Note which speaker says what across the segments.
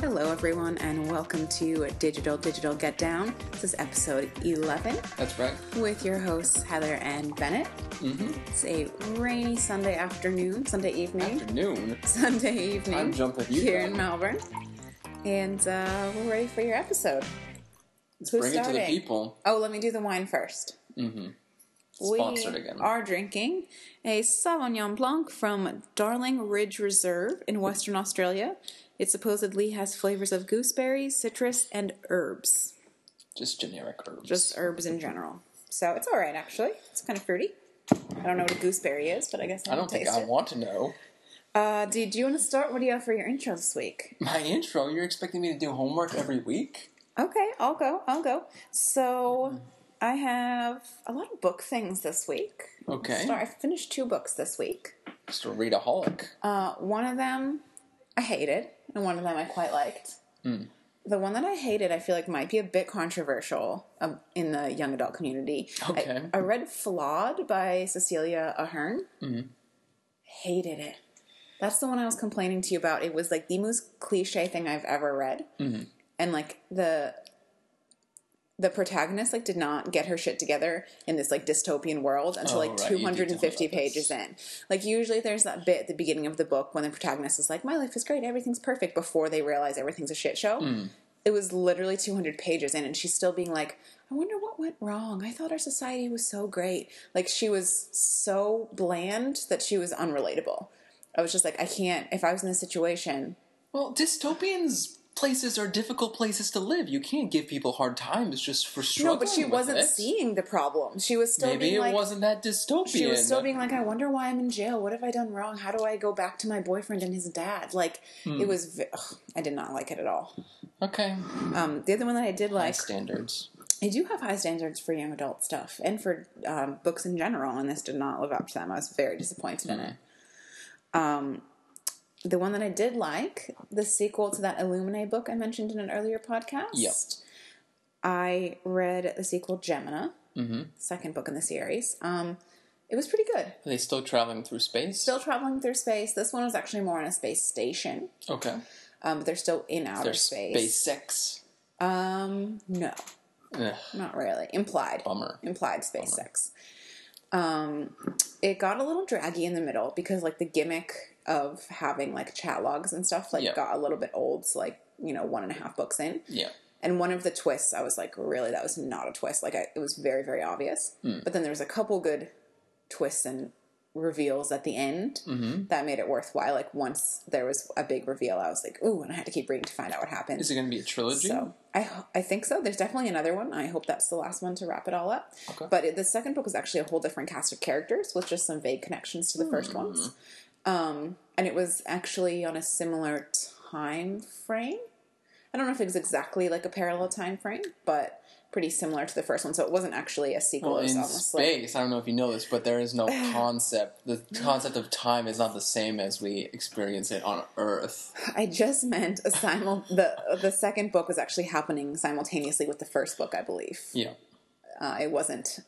Speaker 1: Hello, everyone, and welcome to Digital Digital Get Down. This is episode 11
Speaker 2: That's right.
Speaker 1: with your hosts, Heather and Bennett.
Speaker 2: Mm-hmm.
Speaker 1: It's a rainy Sunday afternoon, Sunday evening,
Speaker 2: Afternoon.
Speaker 1: Sunday evening
Speaker 2: Time jump with you.
Speaker 1: here
Speaker 2: Beth.
Speaker 1: in Melbourne. And uh, we're ready for your episode. Who's
Speaker 2: Bring it to the
Speaker 1: starting?
Speaker 2: people.
Speaker 1: Oh, let me do the wine first.
Speaker 2: Mm-hmm. Sponsored
Speaker 1: we
Speaker 2: again.
Speaker 1: are drinking a Sauvignon Blanc from Darling Ridge Reserve in Western Australia. It supposedly has flavors of gooseberries, citrus, and herbs.
Speaker 2: Just generic herbs.
Speaker 1: Just herbs in general. So it's all right, actually. It's kind of fruity. I don't know what a gooseberry is, but I guess I
Speaker 2: I don't think I want to know.
Speaker 1: Uh, do, do you want to start? What do you have for your intro this week?
Speaker 2: My intro, you're expecting me to do homework every week?
Speaker 1: Okay, I'll go. I'll go. So I have a lot of book things this week.
Speaker 2: Okay.
Speaker 1: Sorry, I finished two books this week.
Speaker 2: Just a readaholic.
Speaker 1: Uh, one of them I hated, and one of them I quite liked. The one that I hated, I feel like might be a bit controversial um, in the young adult community. I-
Speaker 2: Okay.
Speaker 1: I, read Flawed by Cecilia Ahern. Hated it. That's the one I was complaining to you about. It was like the most cliche thing I've ever read. And like the the protagonist like did not get her shit together in this like dystopian world until
Speaker 2: Oh,
Speaker 1: like
Speaker 2: right. You did tell me
Speaker 1: 250
Speaker 2: about this.
Speaker 1: pages in. Like usually there's that bit at the beginning of the book when the protagonist is like, My life is great, everything's perfect before they realize everything's a shit show.
Speaker 2: Hmm.
Speaker 1: It was literally 200 pages in, and she's still being like, I wonder what went wrong. I thought our society was so great. Like, she was so bland that she was unrelatable. I was just like, I can't, if I was in this situation,
Speaker 2: Well, dystopians places are difficult places to live. You can't give people hard times just for struggling.
Speaker 1: no, but she
Speaker 2: with
Speaker 1: wasn't
Speaker 2: it.
Speaker 1: seeing the problem. She was still
Speaker 2: Maybe
Speaker 1: being
Speaker 2: it
Speaker 1: like,
Speaker 2: wasn't that dystopian.
Speaker 1: She was still being like, I wonder why I'm in jail. What have I done wrong? How do I go back to my boyfriend and his dad? Like,
Speaker 2: Hmm.
Speaker 1: it was, v- ugh, I did not like it at all.
Speaker 2: okay.
Speaker 1: Um, the other one that I did
Speaker 2: High
Speaker 1: like,
Speaker 2: standards.
Speaker 1: I do have high standards for young adult stuff and for um, books in general, and this did not live up to them. I was very disappointed in
Speaker 2: Hmm.
Speaker 1: it. Um, the one that I did like, the sequel to that Illuminae book I mentioned in an earlier podcast.
Speaker 2: Yep.
Speaker 1: I read the sequel Gemina,
Speaker 2: Mm-hmm.
Speaker 1: second book in the series. Um, it was pretty good.
Speaker 2: Are they still traveling through space?
Speaker 1: Still traveling through space. This one was actually more on a space station,
Speaker 2: okay.
Speaker 1: um, but they're still in outer
Speaker 2: There's
Speaker 1: space.
Speaker 2: space sex.
Speaker 1: Um, no,
Speaker 2: Ugh,
Speaker 1: not really. Implied.
Speaker 2: bummer.
Speaker 1: implied space sex. Um, it got a little draggy in the middle because like the gimmick of having like chat logs and stuff like
Speaker 2: Yeah.
Speaker 1: got a little bit old. So like you know one and a half books in,
Speaker 2: Yeah.
Speaker 1: and one of the twists I was like, really, that was not a twist. Like I, it was very very obvious. But then there was a couple good twists and reveals at the end that made it worthwhile. Like once there was a big reveal, I was like, ooh, and I had to keep reading to find out what happened.
Speaker 2: Is it going to be a trilogy?
Speaker 1: So I ho- I think so. There's definitely another one. I hope that's the last one to wrap it all up.
Speaker 2: Okay.
Speaker 1: But it, the second book was actually a whole different cast of characters with just some vague connections to the
Speaker 2: Hmm.
Speaker 1: first ones. Um, and it was actually on a similar time frame. I don't know if it was exactly like a parallel time frame, but pretty similar to the first one. So it wasn't actually a sequel.
Speaker 2: Well,
Speaker 1: it was
Speaker 2: in
Speaker 1: almost like
Speaker 2: space, I don't know if you know this, but there is no concept. The concept of time is not the same as we experience it on Earth.
Speaker 1: I just meant a simul- the the second book was actually happening simultaneously with the first book, I believe.
Speaker 2: Yeah.
Speaker 1: uh, it wasn't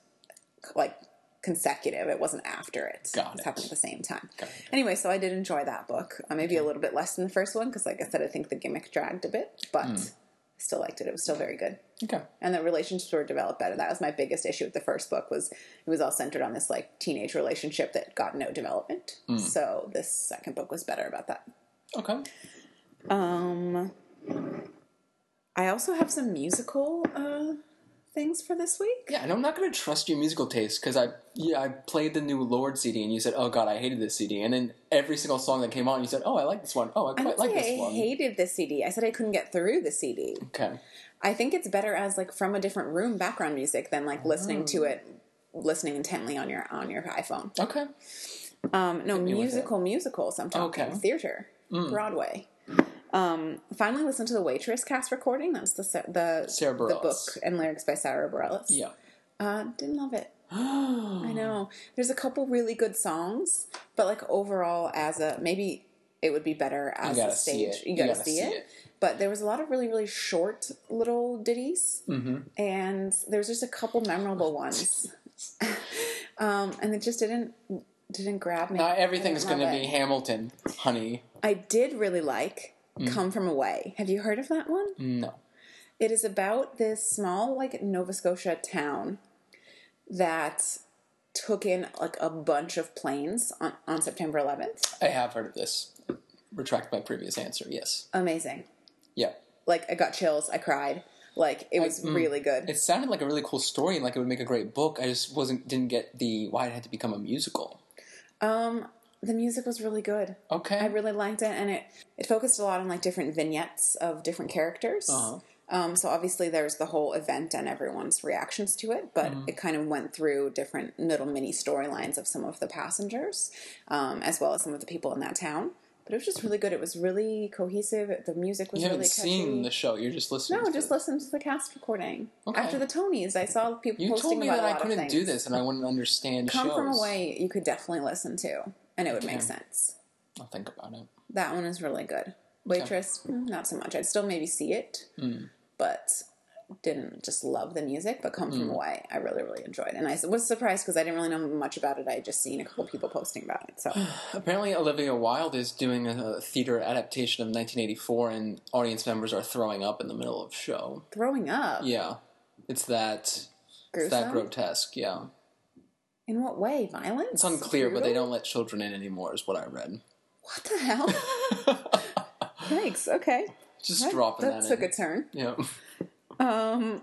Speaker 1: like consecutive it wasn't after it
Speaker 2: Got
Speaker 1: was
Speaker 2: it.
Speaker 1: happening at the same time
Speaker 2: Got it.
Speaker 1: anyway so i did enjoy that book uh, maybe a little bit less than the first one because like i said i think the gimmick dragged a bit but
Speaker 2: Hmm.
Speaker 1: i still liked it it was still very good
Speaker 2: Okay.
Speaker 1: and the relationships were developed better that was my biggest issue with the first book was it was all centered on this like teenage relationship that got no development
Speaker 2: Hmm.
Speaker 1: so this second book was better about that
Speaker 2: Okay.
Speaker 1: um i also have some musical uh things for this week
Speaker 2: Yeah, and I'm not going to trust your musical taste because I yeah I played the new Lord CD and you said, oh god, I hated this CD, and then every single song that came on, you said, oh, I like this one. Oh, I
Speaker 1: I
Speaker 2: quite
Speaker 1: don't
Speaker 2: like
Speaker 1: say
Speaker 2: this
Speaker 1: I
Speaker 2: one.
Speaker 1: hated the CD. I said I couldn't get through the CD.
Speaker 2: okay.
Speaker 1: I think it's better as like from a different room background music than like listening
Speaker 2: Oh.
Speaker 1: to it, listening intently on your on your iPhone.
Speaker 2: Okay.
Speaker 1: Um, no
Speaker 2: with it.
Speaker 1: musical, musicals. I'm talking
Speaker 2: Okay. Mm.
Speaker 1: theater, Broadway. Um, finally, listened to the Waitress cast recording. That was the se- the
Speaker 2: Sarah
Speaker 1: the book
Speaker 2: Bareilles.
Speaker 1: and lyrics by Sarah Bareilles.
Speaker 2: Yeah.
Speaker 1: uh, didn't love it. I know. There's a couple really good songs, but like overall, as a maybe it would be better as
Speaker 2: gotta
Speaker 1: a
Speaker 2: see
Speaker 1: stage.
Speaker 2: it.
Speaker 1: You gotta, see, it. But there was a lot of really, really short little ditties, and there was just a couple memorable ones, um, and it just didn't didn't grab me.
Speaker 2: Not everything's
Speaker 1: I didn't
Speaker 2: going
Speaker 1: love
Speaker 2: to be
Speaker 1: it.
Speaker 2: Hamilton, honey.
Speaker 1: I did really like "Come From Away." Have you heard of that one?
Speaker 2: No.
Speaker 1: It is about this small, like Nova Scotia town that took in like a bunch of planes on, on September 11th.
Speaker 2: I have heard of this. Retract my previous answer. Yes.
Speaker 1: Amazing.
Speaker 2: Yeah.
Speaker 1: Like I got chills. I cried. Like it was really good.
Speaker 2: It sounded like a really cool story and like it would make a great book. I just wasn't didn't get the why it had to become a musical.
Speaker 1: Um, the music was really good.
Speaker 2: Okay.
Speaker 1: I really liked it, and it it focused a lot on like different vignettes of different characters.
Speaker 2: Uh-huh.
Speaker 1: Um, so obviously there's the whole event and everyone's reactions to it, but
Speaker 2: Mm-hmm.
Speaker 1: it kind of went through different little mini storylines of some of the passengers, um, as well as some of the people in that town. But it was just really good. It was really cohesive. The music was
Speaker 2: you haven't
Speaker 1: really catchy.
Speaker 2: seen the show. You're just listening.
Speaker 1: no,
Speaker 2: to
Speaker 1: just
Speaker 2: it.
Speaker 1: listen to the cast recording
Speaker 2: Okay.
Speaker 1: after the Tonys. I saw people
Speaker 2: You
Speaker 1: posting
Speaker 2: told me
Speaker 1: about
Speaker 2: that
Speaker 1: a
Speaker 2: I
Speaker 1: lot of
Speaker 2: couldn't
Speaker 1: things.
Speaker 2: do this and I wouldn't understand
Speaker 1: Come
Speaker 2: shows.
Speaker 1: from away, you could definitely listen to, and it would make sense.
Speaker 2: I'll think about it.
Speaker 1: That one is really good. Waitress, mm, not so much. I'd still maybe see it,
Speaker 2: Mm.
Speaker 1: but didn't just love the music. But Come
Speaker 2: Mm.
Speaker 1: From Away, I really, really enjoyed. And I was surprised because I didn't really know much about it. I had just seen a couple people posting about it. So
Speaker 2: Apparently, Olivia Wilde is doing a theater adaptation of 1984, and audience members are throwing up in the middle of show.
Speaker 1: throwing up,
Speaker 2: Yeah, it's that it's
Speaker 1: gruesome.
Speaker 2: that grotesque. Yeah,
Speaker 1: In what way? Violence?
Speaker 2: it's unclear, but they don't let children in anymore, is what I read.
Speaker 1: What the hell? Thanks. Okay,
Speaker 2: Just dropping
Speaker 1: that
Speaker 2: that
Speaker 1: took
Speaker 2: in.
Speaker 1: a turn.
Speaker 2: yeah.
Speaker 1: Um,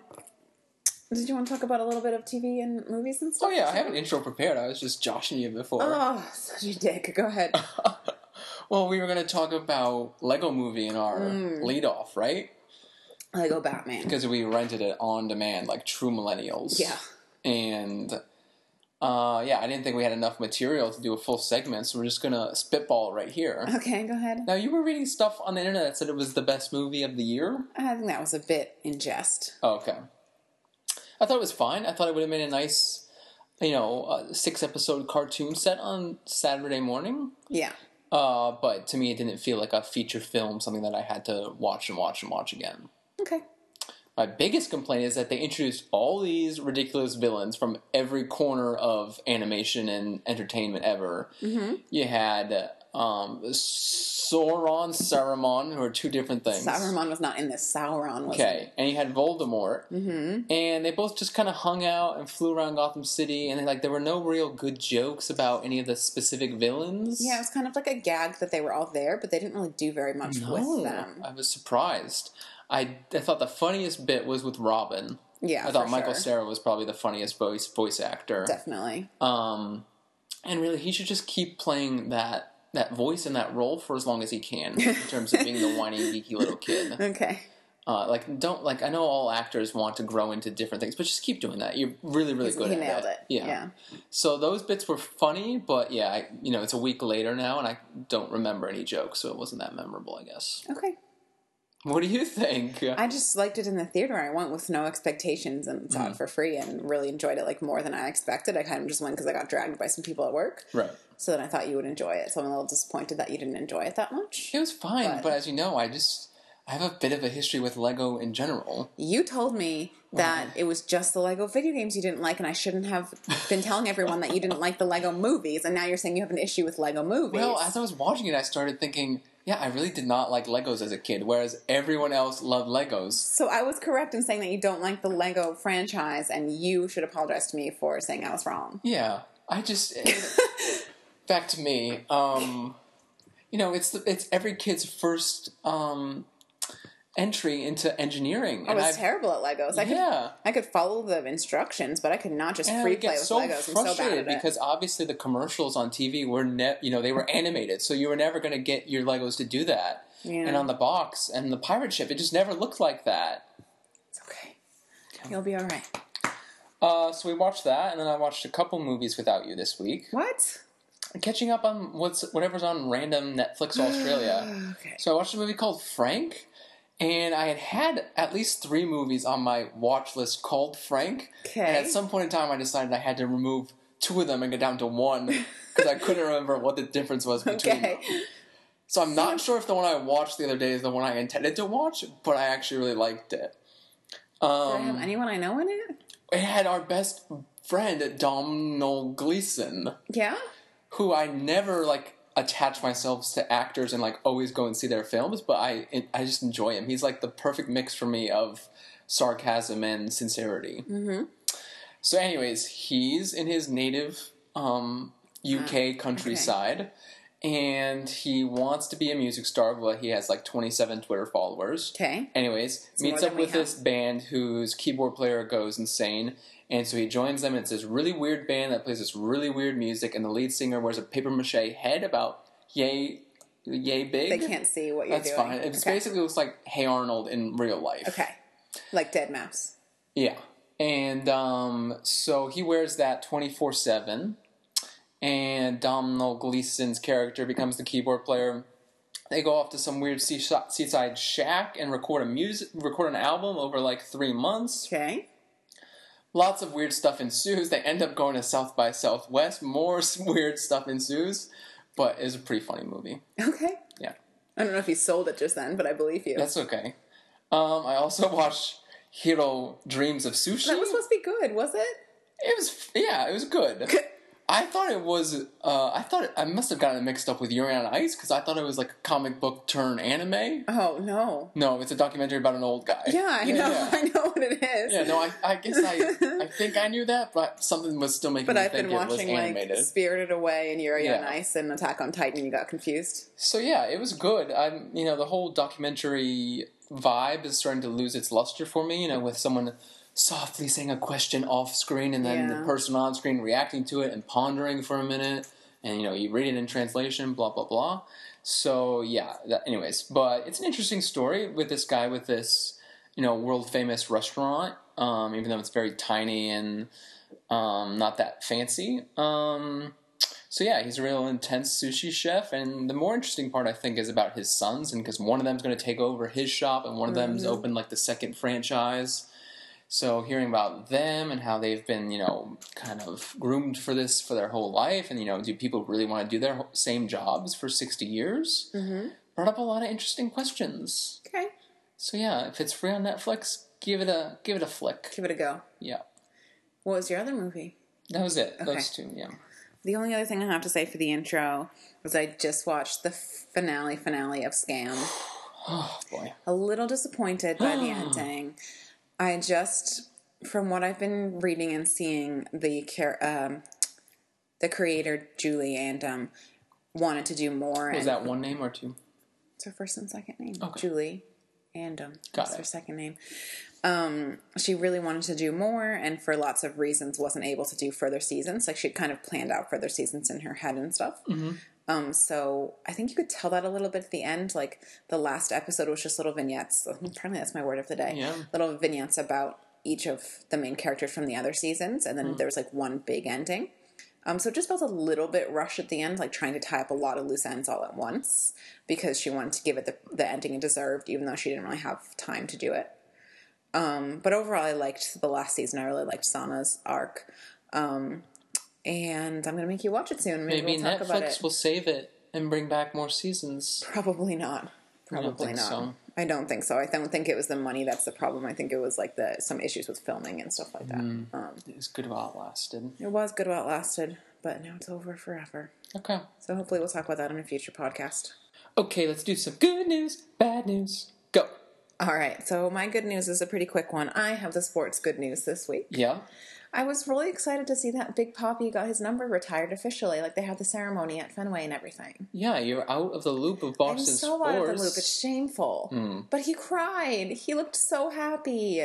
Speaker 1: did you want to talk about a little bit of TV and movies and stuff?
Speaker 2: Oh yeah, I have an intro prepared. I was just joshing you before.
Speaker 1: Oh, such a dick. Go ahead.
Speaker 2: well, we were going to talk about Lego Movie in our
Speaker 1: Mm.
Speaker 2: lead off, right?
Speaker 1: Lego Batman.
Speaker 2: Because we rented it on demand, like true millennials.
Speaker 1: Yeah.
Speaker 2: And uh, yeah, I didn't think we had enough material to do a full segment, so we're just gonna spitball right here.
Speaker 1: Okay, go ahead.
Speaker 2: now you were reading stuff on the internet that said it was the best movie of the year.
Speaker 1: I think that was a bit in jest.
Speaker 2: Oh, okay. I thought it was fine. I thought it would have made a nice, you know, uh, six episode cartoon set on Saturday morning.
Speaker 1: Yeah.
Speaker 2: Uh, but to me, it didn't feel like a feature film, something that I had to watch and watch and watch again.
Speaker 1: Okay.
Speaker 2: My biggest complaint is that they introduced all these ridiculous villains from every corner of animation and entertainment ever. Mm-hmm. You had um, Sauron, Saruman, who are two different things.
Speaker 1: Sauron was not in this. Sauron was.
Speaker 2: Okay, and you had Voldemort, mm-hmm. and they both just kind of hung out and flew around Gotham City, and like there were no real good jokes about any of the specific villains.
Speaker 1: Yeah, it was kind of like a gag that they were all there, but they didn't really do very much
Speaker 2: Oh,
Speaker 1: with them.
Speaker 2: I was surprised. I, I thought the funniest bit was with Robin.
Speaker 1: Yeah,
Speaker 2: I thought
Speaker 1: for
Speaker 2: Michael
Speaker 1: sure.
Speaker 2: Sarah was probably the funniest voice voice actor.
Speaker 1: Definitely.
Speaker 2: Um, and really, he should just keep playing that that voice and that role for as long as he can in terms of being the whiny geeky little kid.
Speaker 1: Okay.
Speaker 2: Uh, like don't like I know all actors want to grow into different things, but just keep doing that. You're really really good.
Speaker 1: he
Speaker 2: at
Speaker 1: nailed
Speaker 2: that.
Speaker 1: it. Yeah.
Speaker 2: So those bits were funny, but yeah, I, you know it's a week later now, and I don't remember any jokes, so it wasn't that memorable, I guess.
Speaker 1: Okay.
Speaker 2: What do you think?
Speaker 1: I just liked it in the theater. I went with no expectations and
Speaker 2: Mm.
Speaker 1: saw it for free and really enjoyed it like more than I expected. I kind of just went because I got dragged by some people at work.
Speaker 2: right.
Speaker 1: So then I thought you would enjoy it. So I'm a little disappointed that you didn't enjoy it that much.
Speaker 2: It was fine,
Speaker 1: But-
Speaker 2: but, as you know, I just I have a bit of a history with Lego in general.
Speaker 1: You told me
Speaker 2: Oh,
Speaker 1: that it was just the Lego video games you didn't like, and I shouldn't have been telling everyone that you didn't like the Lego movies, and now you're saying you have an issue with Lego movies.
Speaker 2: Well, as I was watching it, I started thinking, yeah, I really did not like Legos as a kid, whereas everyone else loved Legos.
Speaker 1: so I was correct in saying that you don't like the Lego franchise, and you should apologize to me for saying I was wrong.
Speaker 2: Yeah, I just back to me. Um, you know, it's the, it's every kid's first um, entry into engineering,
Speaker 1: I
Speaker 2: and
Speaker 1: was
Speaker 2: I've-
Speaker 1: terrible at Legos. I could,
Speaker 2: Yeah.
Speaker 1: I could follow the instructions, but I could not just
Speaker 2: And I
Speaker 1: free
Speaker 2: would
Speaker 1: play
Speaker 2: get
Speaker 1: with
Speaker 2: so
Speaker 1: Legos. I'm so bad
Speaker 2: frustrated
Speaker 1: at it.
Speaker 2: because obviously the commercials on TV were ne- you know they were animated, so you were never going to get your Legos to do that.
Speaker 1: Yeah.
Speaker 2: And on the box and the pirate ship, it just never looked like that.
Speaker 1: it's okay. You'll be all right.
Speaker 2: Uh, so we watched that, and then I watched a couple movies without you this week,
Speaker 1: What?
Speaker 2: catching up on what's whatever's on random Netflix Australia.
Speaker 1: Ah, Okay.
Speaker 2: so I watched a movie called Frank, and I had had at least three movies on my watch list called Frank. And
Speaker 1: Okay.
Speaker 2: at some point in time, I decided I had to remove two of them and get down to one because I couldn't remember what the difference was between
Speaker 1: Okay.
Speaker 2: them. So I'm not sure if the one I watched the other day is the one I intended to watch, but I actually really liked it.
Speaker 1: Do I have
Speaker 2: Um,
Speaker 1: anyone I know in it?
Speaker 2: it had our best friend Domhnall Gleeson,
Speaker 1: Yeah.
Speaker 2: who I never like attach myself to actors and like always go and see their films, but I I just enjoy him. He's like the perfect mix for me of sarcasm and sincerity.
Speaker 1: Mm-hmm.
Speaker 2: So, anyways, he's in his native um,
Speaker 1: Ah,
Speaker 2: UK countryside, and he wants to be a music star. Well, he has like 27 Twitter followers.
Speaker 1: Okay.
Speaker 2: Anyways,
Speaker 1: more
Speaker 2: meets
Speaker 1: than
Speaker 2: up
Speaker 1: we
Speaker 2: with
Speaker 1: have.
Speaker 2: this band whose keyboard player goes insane, and so he joins them. It's this really weird band that plays this really weird music, and the lead singer wears a paper mache head about yay, yay big.
Speaker 1: They can't see what you're
Speaker 2: That's
Speaker 1: doing.
Speaker 2: fine. It just
Speaker 1: okay.
Speaker 2: basically looks like Hey Arnold in real life.
Speaker 1: okay. Like dead mouse.
Speaker 2: Yeah. And um, so he wears that 24 7. And Domhnall Gleeson's character becomes the keyboard player. They go off to some weird seaside seaside shack and record a music, record an album over like three months.
Speaker 1: Okay.
Speaker 2: Lots of weird stuff ensues. They end up going to South by Southwest. More weird stuff ensues, but it's a pretty funny movie.
Speaker 1: Okay.
Speaker 2: Yeah.
Speaker 1: I don't know if you sold it just then, but I believe you.
Speaker 2: That's okay. Um, I also watched Hero Dreams of Sushi.
Speaker 1: that was supposed to be good, was it?
Speaker 2: It was yeah, it was good. I thought it was. Uh, I thought it, I must have gotten it mixed up with Yuri on Ice because I thought it was like a comic book turn anime.
Speaker 1: Oh no.
Speaker 2: No, it's a documentary about an old guy.
Speaker 1: Yeah, I know.
Speaker 2: Yeah,
Speaker 1: I know what it is.
Speaker 2: Yeah, no, I, I guess I, I think I knew that, but something was still making
Speaker 1: But
Speaker 2: me
Speaker 1: I've
Speaker 2: think
Speaker 1: been
Speaker 2: it was
Speaker 1: watching like
Speaker 2: animated.
Speaker 1: Spirited Away and Yuri on
Speaker 2: Yeah.
Speaker 1: Ice and Attack on Titan. You got confused.
Speaker 2: so yeah, it was good. I'm, you know, the whole documentary vibe is starting to lose its luster for me. You know, with someone softly saying a question off screen and then
Speaker 1: Yeah.
Speaker 2: the person on screen reacting to it and pondering for a minute, and you know, you read it in translation, blah blah blah. So yeah, that, anyways, but it's an interesting story with this guy with this, you know, world famous restaurant. Um, even though it's very tiny and um, not that fancy. Um, so yeah, he's a real intense sushi chef, and the more interesting part I think is about his sons, and because one of them's going to take over his shop, and one of them's
Speaker 1: Mm-hmm.
Speaker 2: opened like the second franchise. So hearing about them and how they've been, you know, kind of groomed for this for their whole life, and you know, do people really want to do their whole- same jobs for sixty years?
Speaker 1: Mm-hmm.
Speaker 2: Brought up a lot of interesting questions.
Speaker 1: Okay.
Speaker 2: So yeah, if it's free on Netflix, give it a give it a flick.
Speaker 1: Give it a go.
Speaker 2: Yeah,
Speaker 1: What was your other movie?
Speaker 2: that was it.
Speaker 1: Okay.
Speaker 2: Those two. Yeah.
Speaker 1: The only other thing I have to say for the intro was I just watched the finale finale of Scam.
Speaker 2: Oh boy.
Speaker 1: A little disappointed by the ending. I just, from what I've been reading and seeing, the char- um, the creator Julie and um, wanted to do more.
Speaker 2: Was
Speaker 1: and
Speaker 2: that one name or two?
Speaker 1: It's her first and second name.
Speaker 2: Okay.
Speaker 1: Julie Andum.
Speaker 2: Got
Speaker 1: That's
Speaker 2: it.
Speaker 1: her second name. Um, she really wanted to do more and for lots of reasons wasn't able to do further seasons. Like she'd kind of planned out further seasons in her head and stuff. Um, so I think you could tell that a little bit at the end. Like the last episode was just little vignettes. Apparently that's my word of the day.
Speaker 2: Yeah.
Speaker 1: Little vignettes about each of the main characters from the other seasons, and then
Speaker 2: Mm.
Speaker 1: there was like one big ending. Um, so it just felt a little bit rushed at the end, like trying to tie up a lot of loose ends all at once because she wanted to give it the, the ending it deserved, even though she didn't really have time to do it. Um, but overall, I liked the last season. I really liked Sana's arc. Um, and I'm going to make you watch it soon. Maybe,
Speaker 2: Maybe
Speaker 1: we'll talk about
Speaker 2: Netflix
Speaker 1: it.
Speaker 2: will save it and bring back more seasons.
Speaker 1: Probably not. Probably
Speaker 2: think
Speaker 1: not.
Speaker 2: so.
Speaker 1: I don't think so. I don't think it was the money that's the problem. I think it was like the some issues with filming and stuff like that.
Speaker 2: Mm.
Speaker 1: Um,
Speaker 2: It's good while it lasted.
Speaker 1: it was good while it lasted, but now it's over forever.
Speaker 2: Okay.
Speaker 1: So hopefully we'll talk about that in a future podcast.
Speaker 2: Okay, let's do some good news, bad news. Go.
Speaker 1: All right, so my good news is a pretty quick one. I have the sports good news this week.
Speaker 2: Yeah.
Speaker 1: I was really excited to see that Big Poppy got his number retired officially. Like they had the ceremony at Fenway and everything.
Speaker 2: Yeah, you're out of the loop of Boston
Speaker 1: I'm so
Speaker 2: sports. Hmm.
Speaker 1: out of the loop. It's shameful. But he cried. He looked so happy.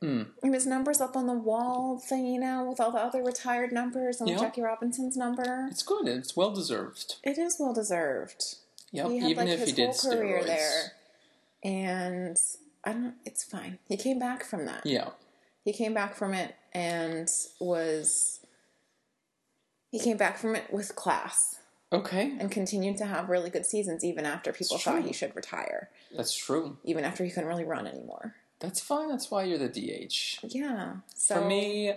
Speaker 2: Hmm.
Speaker 1: And his number's up on the wall thingy now with all the other retired numbers and
Speaker 2: Yeah.
Speaker 1: Jackie Robinson's number.
Speaker 2: It's good. It's well deserved.
Speaker 1: It is well deserved.
Speaker 2: Yep.
Speaker 1: He had
Speaker 2: Oh, Even
Speaker 1: like
Speaker 2: if
Speaker 1: his
Speaker 2: you did
Speaker 1: whole career
Speaker 2: steroids.
Speaker 1: there, and I don't. It's fine. He came back from that.
Speaker 2: Yeah.
Speaker 1: he came back from it and was he came back from it with class
Speaker 2: Okay.
Speaker 1: and continued to have really good seasons even after people
Speaker 2: It's
Speaker 1: thought
Speaker 2: true.
Speaker 1: he should retire
Speaker 2: That's true.
Speaker 1: even after he couldn't really run anymore
Speaker 2: That's fine. That's why you're the DH.
Speaker 1: yeah so
Speaker 2: For me,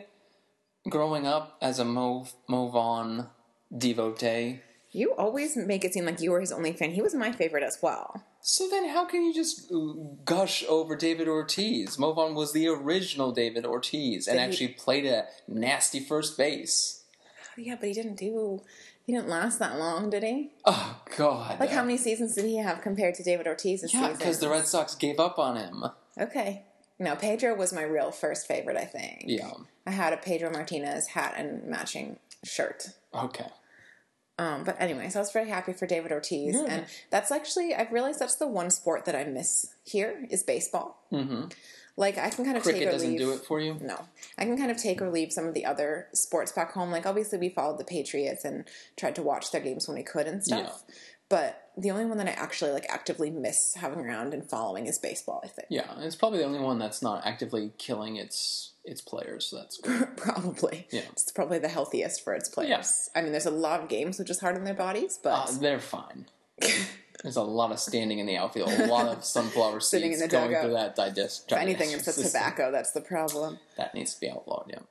Speaker 2: growing up as a Mo Mo Vaughn devotee,
Speaker 1: You always make it seem like you were his only fan. He was my favorite as well.
Speaker 2: So then, how can you just gush over David Ortiz? Movan was the original David Ortiz and
Speaker 1: Did he-
Speaker 2: actually played a nasty first base.
Speaker 1: Yeah, but he didn't do. He didn't last that long, did he?
Speaker 2: Oh God!
Speaker 1: Like how many seasons did he have compared to David Ortiz this
Speaker 2: Yeah,
Speaker 1: season?
Speaker 2: because the Red Sox gave up on him.
Speaker 1: Okay. No, Pedro was my real first favorite, I think.
Speaker 2: Yeah.
Speaker 1: I had a Pedro Martinez hat and matching shirt.
Speaker 2: Okay.
Speaker 1: Um, but anyway, so I was very happy for David Ortiz.
Speaker 2: Yeah.
Speaker 1: And that's actually, I've realized that's the one sport that I miss here is baseball.
Speaker 2: Mm-hmm.
Speaker 1: Like, I can kind of take
Speaker 2: Cricket
Speaker 1: or
Speaker 2: doesn't
Speaker 1: leave.
Speaker 2: do it for you.
Speaker 1: No. I can kind of take or leave some of the other sports back home. Like, obviously, we followed the Patriots and tried to watch their games when we could and stuff. But the only one that I actually, like, actively miss having around and following is baseball, I think.
Speaker 2: Yeah, it's probably the only one that's not actively killing its its players. So that's good.
Speaker 1: probably.
Speaker 2: Yeah.
Speaker 1: It's probably the healthiest for its players. I mean, there's a lot of games which is hard on their bodies, but
Speaker 2: Uh, they're fine. There's a lot of standing in the outfield, a lot of sunflower seeds
Speaker 1: Sitting in the
Speaker 2: going
Speaker 1: dugout.
Speaker 2: through that digest.
Speaker 1: if anything, it's the
Speaker 2: digestive system.
Speaker 1: tobacco that's the problem.
Speaker 2: that needs to be outlawed. Yeah,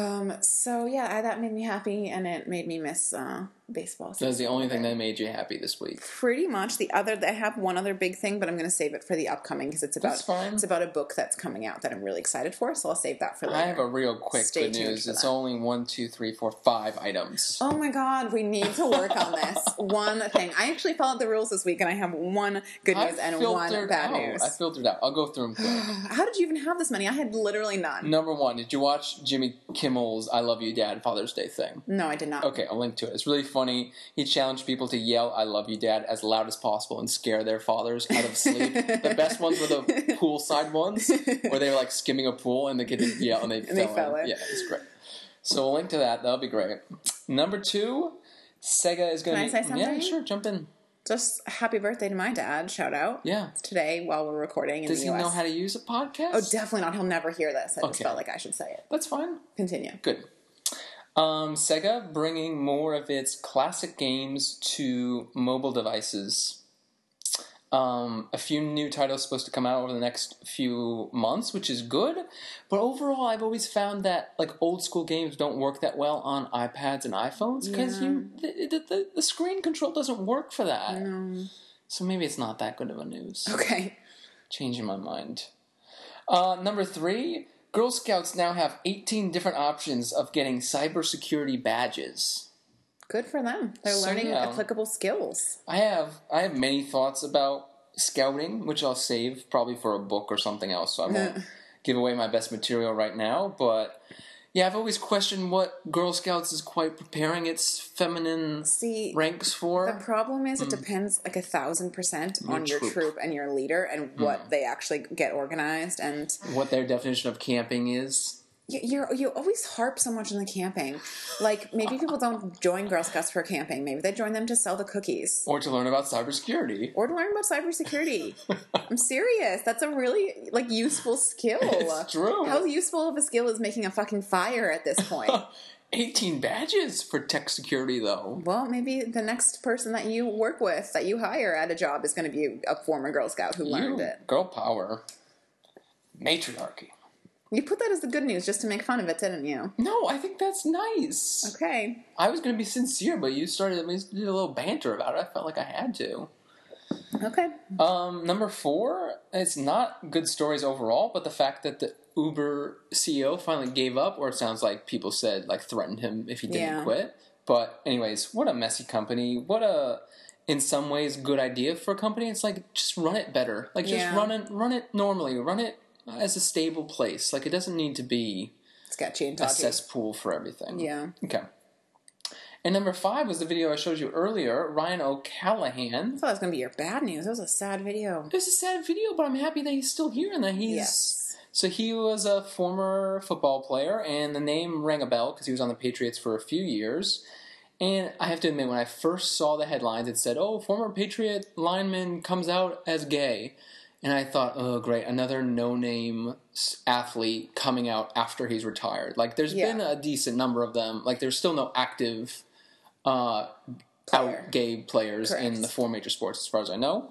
Speaker 1: Um, so yeah, I, that made me happy, and it made me miss uh, baseball.
Speaker 2: that's the only thing that made you happy this week.
Speaker 1: pretty much the other. I have one other big thing, but I'm going to save it for the upcoming because it's about
Speaker 2: That's fine.
Speaker 1: it's about a book that's coming out that I'm really excited for. So I'll save that for later.
Speaker 2: I have a real quick
Speaker 1: Stay
Speaker 2: good
Speaker 1: tuned
Speaker 2: news.
Speaker 1: for
Speaker 2: It's
Speaker 1: that.
Speaker 2: only one, two, three, four, five items.
Speaker 1: Oh my god, we need to work on this. one thing. I actually followed the rules this week and I have one good
Speaker 2: I
Speaker 1: news and one
Speaker 2: filtered
Speaker 1: bad
Speaker 2: out.
Speaker 1: news.
Speaker 2: I filtered out. I'll go through them quick.
Speaker 1: How did you even have this many? I had literally none.
Speaker 2: Number one, did you watch Jimmy Kimmel's "I Love You, Dad" Father's Day thing?
Speaker 1: No, I did not.
Speaker 2: Okay, I'll link to it. It's really funny. He challenged people to yell "I love you, Dad" as loud as possible and scare their fathers out of sleep. the best ones were the poolside ones, where they were like skimming a pool and the kid did yell and they fell.
Speaker 1: they
Speaker 2: in.
Speaker 1: fell in.
Speaker 2: Yeah, it's great. So we'll link to that. That'll be great. Number two, Sega is going
Speaker 1: Can I
Speaker 2: to be.
Speaker 1: say something?
Speaker 2: Yeah, sure. Jump in.
Speaker 1: Just happy birthday to my dad. Shout out.
Speaker 2: Yeah.
Speaker 1: Today while we're recording in
Speaker 2: Does
Speaker 1: the
Speaker 2: he
Speaker 1: US.
Speaker 2: know how to use a podcast?
Speaker 1: oh, definitely not. He'll never hear this. I just
Speaker 2: Okay.
Speaker 1: felt like I should say it.
Speaker 2: that's fine.
Speaker 1: Continue.
Speaker 2: Good. Um, Sega bringing more of its classic games to mobile devices. Um, a few new titles supposed to come out over the next few months, which is good. But overall, I've always found that like old school games don't work that well on iPads and iPhones because you the, the, the, the screen control doesn't work for that.
Speaker 1: No.
Speaker 2: So maybe it's not that good of a news
Speaker 1: Um, Okay.
Speaker 2: changing my mind. Uh, number three, Girl Scouts now have 18 different options of getting cybersecurity badges.
Speaker 1: Good for them. They're
Speaker 2: So,
Speaker 1: learning
Speaker 2: yeah.
Speaker 1: applicable skills.
Speaker 2: I have I have many thoughts about scouting, which I'll save probably for a book or something else. So I won't give away my best material right now. But yeah, I've always questioned what Girl Scouts is quite preparing its feminine
Speaker 1: See,
Speaker 2: ranks for.
Speaker 1: the problem is it depends like a thousand percent on your
Speaker 2: Mm. troop. Mm.
Speaker 1: troop and your leader and what they actually get organized. And
Speaker 2: what their definition of camping is.
Speaker 1: you, you're, you always harp so much on the camping. Like maybe people don't join Girl Scouts for camping. Maybe they join them to sell the cookies.
Speaker 2: Or to learn about cybersecurity.
Speaker 1: or to learn about cybersecurity. I'm serious. That's a really like useful skill.
Speaker 2: It's true.
Speaker 1: How useful of a skill is making a fucking fire at this point?
Speaker 2: 18 badges for tech security, though.
Speaker 1: well, maybe the next person that you work with, that you hire at a job, is going to be a former Girl Scout who learned
Speaker 2: You-
Speaker 1: it.
Speaker 2: Girl power. Matriarchy.
Speaker 1: You put that as the good news just to make fun of it, didn't you?
Speaker 2: No, I think that's nice.
Speaker 1: Okay.
Speaker 2: I was going to be sincere, but you started at least did a little banter about it. I felt like I had to.
Speaker 1: Okay.
Speaker 2: Um, number four, it's not good stories overall, but the fact that the Uber CEO finally gave up, or it sounds like people said, like, threatened him if he didn't
Speaker 1: Yeah.
Speaker 2: quit. But, anyways, what a messy company. What a, in some ways, good idea for a company. It's like, just run it better. Like, just
Speaker 1: Yeah.
Speaker 2: run it, run it normally. Run it as a stable place. Like, it doesn't need to be
Speaker 1: Sketchy and
Speaker 2: a
Speaker 1: dodgy.
Speaker 2: cesspool for everything.
Speaker 1: Yeah.
Speaker 2: Okay. And number five was the video I showed you earlier, Ryan O'Callahan.
Speaker 1: I thought it was going to be your bad news. That was a sad video.
Speaker 2: It's a sad video, but I'm happy that he's still here and that he's.
Speaker 1: Yes.
Speaker 2: So he was a former football player, and the name rang a bell because he was on the Patriots for a few years. And I have to admit, when I first saw the headlines, it said, "Oh, former Patriot lineman comes out as gay," and I thought, "Oh, great, another no-name s- athlete coming out after he's retired." Like, there's
Speaker 1: Yeah.
Speaker 2: been a decent number of them. Like, there's still no active uh,
Speaker 1: Player.
Speaker 2: out gay players in
Speaker 1: Correct.
Speaker 2: the four major sports, as far as I know.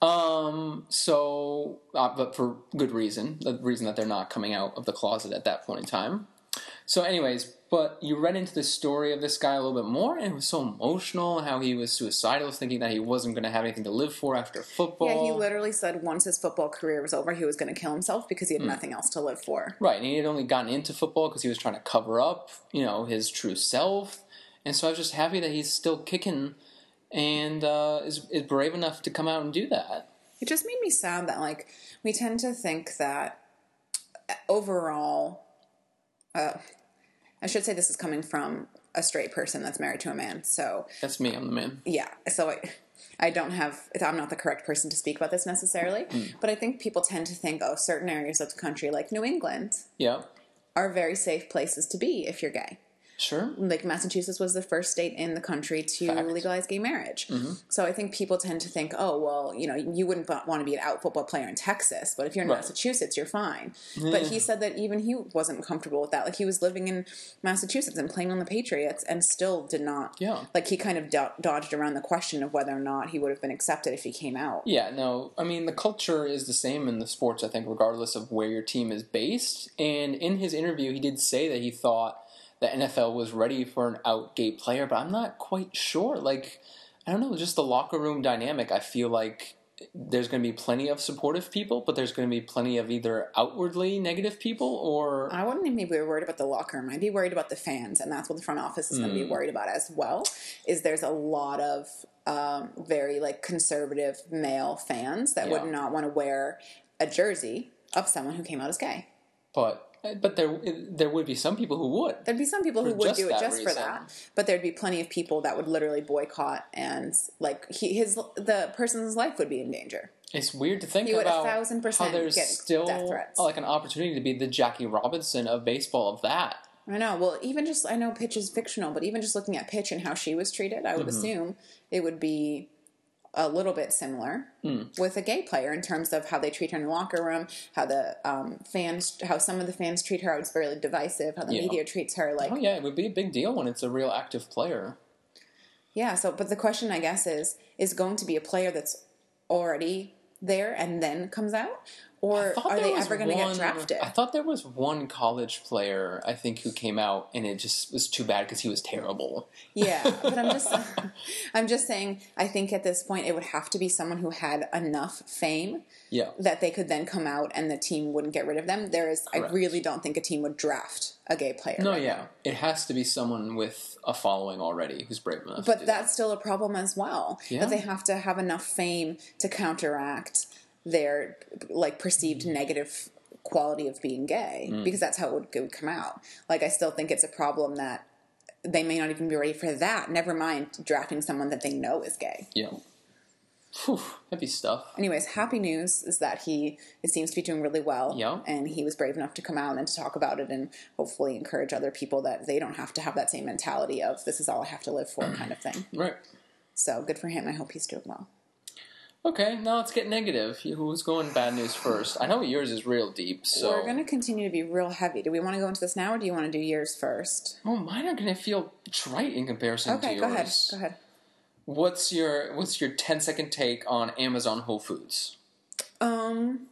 Speaker 2: Um, so, uh, but for good reason, the reason that they're not coming out of the closet at that point in time. So, anyways, but you read into the story of this guy a little bit more, and it was so emotional. How he was suicidal, thinking that he wasn't going to have anything to live for after football.
Speaker 1: Yeah, he literally said once his football career was over, he was going to kill himself because he had nothing else to live for.
Speaker 2: Right, and he had only gotten into football because he was trying to cover up, you know, his true self. And so I was just happy that he's still kicking and uh, is, is brave enough to come out and do that.
Speaker 1: It just made me sad that, like, we tend to think that uh, overall, uh, I should say this is coming from a straight person that's married to a man. So,
Speaker 2: That's me, I'm the man.
Speaker 1: yeah, so I, I don't have, I'm not the correct person to speak about this necessarily, but I think people tend to think, oh, certain areas of the country, like New England,
Speaker 2: Yep,
Speaker 1: are very safe places to be if you're gay.
Speaker 2: sure.
Speaker 1: like Massachusetts was the first state in the country to
Speaker 2: Fact. Mm-hmm.
Speaker 1: legalize gay marriage. So I think people tend to think, oh, well, you know, you wouldn't want to be an out football player in Texas, but if you're in
Speaker 2: Right.
Speaker 1: Massachusetts, you're fine. But he said that even he wasn't comfortable with that. Like he was living in Massachusetts and playing on the Patriots and still did not.
Speaker 2: Yeah.
Speaker 1: Like he kind of do- dodged around the question of whether or not he would have been accepted if he came out.
Speaker 2: Yeah, no, I mean, the culture is the same in the sports, I think, regardless of where your team is based. And in his interview, he did say that he thought the NFL was ready for an out gay player, but I'm not quite sure. Like, I don't know, just the locker room dynamic, I feel like there's going to be plenty of supportive people, but there's going to be plenty of either outwardly negative people or.
Speaker 1: I wouldn't even be worried about the locker room. I'd be worried about the fans, and that's what the front office is
Speaker 2: Mm.
Speaker 1: going to be worried about as well. Is there's a lot of um, very like conservative male fans that would
Speaker 2: Yeah.
Speaker 1: not want to wear a jersey of someone who came out as gay.
Speaker 2: But. But there, there would be some people who would.
Speaker 1: There'd be some people who
Speaker 2: For
Speaker 1: would
Speaker 2: just
Speaker 1: do it
Speaker 2: that
Speaker 1: just for
Speaker 2: reason.
Speaker 1: that, but there'd be plenty of people that would literally boycott, and like he, his the person's life would be in danger.
Speaker 2: It's weird to think
Speaker 1: You would a
Speaker 2: about
Speaker 1: thousand percent
Speaker 2: how there's
Speaker 1: get
Speaker 2: still
Speaker 1: death threats.
Speaker 2: like an opportunity to be the Jackie Robinson of baseball of that.
Speaker 1: I know. Well, even just I know Pitch is fictional, but even just looking at Pitch and how she was treated, I would
Speaker 2: Mm-hmm.
Speaker 1: assume it would be a little bit similar
Speaker 2: Hmm.
Speaker 1: with a gay player in terms of how they treat her in the locker room, how the um, fans, how some of the fans treat her. It's very divisive. How the
Speaker 2: Yeah.
Speaker 1: media treats her. Like,
Speaker 2: Oh yeah, it would be a big deal when it's a real active player.
Speaker 1: yeah. So, but the question I guess is: is going to be a player that's already there and then comes out, or
Speaker 2: I thought
Speaker 1: are
Speaker 2: there
Speaker 1: they
Speaker 2: was
Speaker 1: ever going to get
Speaker 2: one-
Speaker 1: drafted?
Speaker 2: I thought there was one college player I think who came out and it just was too bad because he was terrible.
Speaker 1: Yeah, but I'm just I'm just saying I think at this point it would have to be someone who had enough fame
Speaker 2: Yeah,
Speaker 1: that they could then come out and the team wouldn't get rid of them. There is I
Speaker 2: Correct.
Speaker 1: really don't think a team would draft a gay player.
Speaker 2: no, Oh, yeah, it has to be someone with a following already who's brave enough. to
Speaker 1: But
Speaker 2: do
Speaker 1: that's still a problem as well.
Speaker 2: Yeah.
Speaker 1: That they have to have enough fame to counteract their like perceived
Speaker 2: Mm.
Speaker 1: negative quality of being gay because that's how it would, it would come out. Like I still think it's a problem that they may not even be ready for that. Never mind drafting someone that they know is gay.
Speaker 2: that. yeah. Whew, heavy stuff.
Speaker 1: anyways, happy news is that he it seems to be doing really well.
Speaker 2: Yeah.
Speaker 1: And he was brave enough to come out and to talk about it and hopefully encourage other people that they don't have to have that same mentality of this is all I have to live for kind of thing.
Speaker 2: Right.
Speaker 1: So good for him. I hope he's doing well.
Speaker 2: Okay, now let's get negative. Who's going bad news first? I know yours is real deep, so
Speaker 1: We're gonna continue to be real heavy. Do we want to go into this now or do you want to do yours first?
Speaker 2: Oh, mine are gonna feel trite in comparison to
Speaker 1: Okay,
Speaker 2: yours.
Speaker 1: go ahead. Go ahead.
Speaker 2: What's your what's your 10 second take on Amazon Whole Foods?
Speaker 1: Um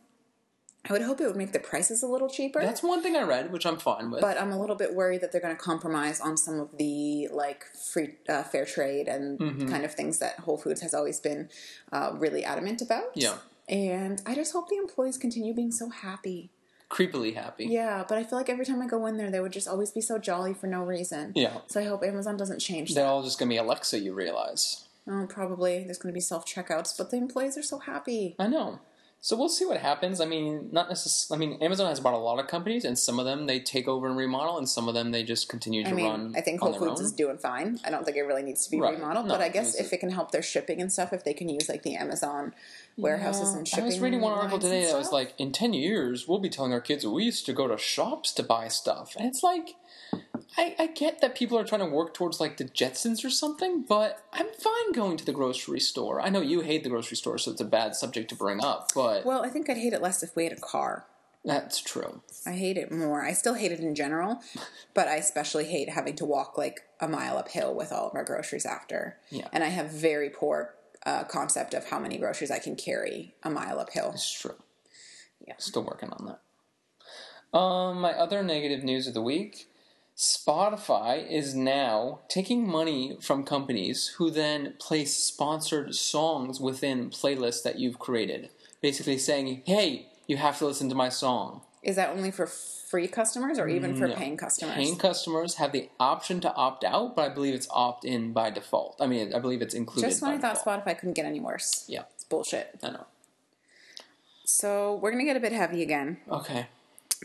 Speaker 1: I would hope it would make the prices a little cheaper.
Speaker 2: That's one thing I read, which I'm fine with.
Speaker 1: but I'm a little bit worried that they're going to compromise on some of the like free uh, fair trade and
Speaker 2: Mm-hmm.
Speaker 1: kind of things that Whole Foods has always been uh, really adamant about.
Speaker 2: Yeah.
Speaker 1: And I just hope the employees continue being so happy.
Speaker 2: Creepily happy.
Speaker 1: Yeah, but I feel like every time I go in there, they would just always be so jolly for no reason.
Speaker 2: Yeah.
Speaker 1: So I hope Amazon doesn't change that.
Speaker 2: They're all just gonna be Alexa, you realize.
Speaker 1: Oh, probably there's going to be self checkouts, but the employees are so happy.
Speaker 2: I know. So we'll see what happens. I mean, not necessarily. I mean, Amazon has bought a lot of companies, and some of them they take over and remodel, and some of them they just continue to
Speaker 1: I
Speaker 2: run.
Speaker 1: mean, I think
Speaker 2: on
Speaker 1: Whole
Speaker 2: their
Speaker 1: Foods
Speaker 2: own.
Speaker 1: is doing fine. I don't think it really needs to be
Speaker 2: Right.
Speaker 1: remodeled,
Speaker 2: No,
Speaker 1: but I guess
Speaker 2: it's-
Speaker 1: if it can help their shipping and stuff, if they can use like the Amazon warehouses and shipping.
Speaker 2: I was reading one article
Speaker 1: lines and
Speaker 2: today that was
Speaker 1: stuff.
Speaker 2: like, in 10 years, we'll be telling our kids we used to go to shops to buy stuff. And it's like, I, I get that people are trying to work towards like the Jetsons or something, but I'm fine going to the grocery store. I know you hate the grocery store, so it's a bad subject to bring up, but
Speaker 1: Well, I think I'd hate it less if we had a car.
Speaker 2: that's true.
Speaker 1: I hate it more. I still hate it in general, but I especially hate having to walk like a mile uphill with all of our groceries after.
Speaker 2: Yeah.
Speaker 1: And I have very poor uh, concept of how many groceries I can carry a mile uphill.
Speaker 2: It's true.
Speaker 1: Yeah.
Speaker 2: Still working on that. Um, my other negative news of the week Spotify is now taking money from companies who then place sponsored songs within playlists that you've created. Basically saying, hey, you have to listen to my song.
Speaker 1: Is that only for free customers or even for paying customers?
Speaker 2: Paying customers have the option to opt out, but I believe it's opt in by default. I mean, I believe it's included.
Speaker 1: Just when
Speaker 2: by
Speaker 1: I thought
Speaker 2: default.
Speaker 1: Spotify couldn't get any worse.
Speaker 2: Yeah,
Speaker 1: It's bullshit.
Speaker 2: I know.
Speaker 1: So we're gonna get a bit heavy again
Speaker 2: Okay.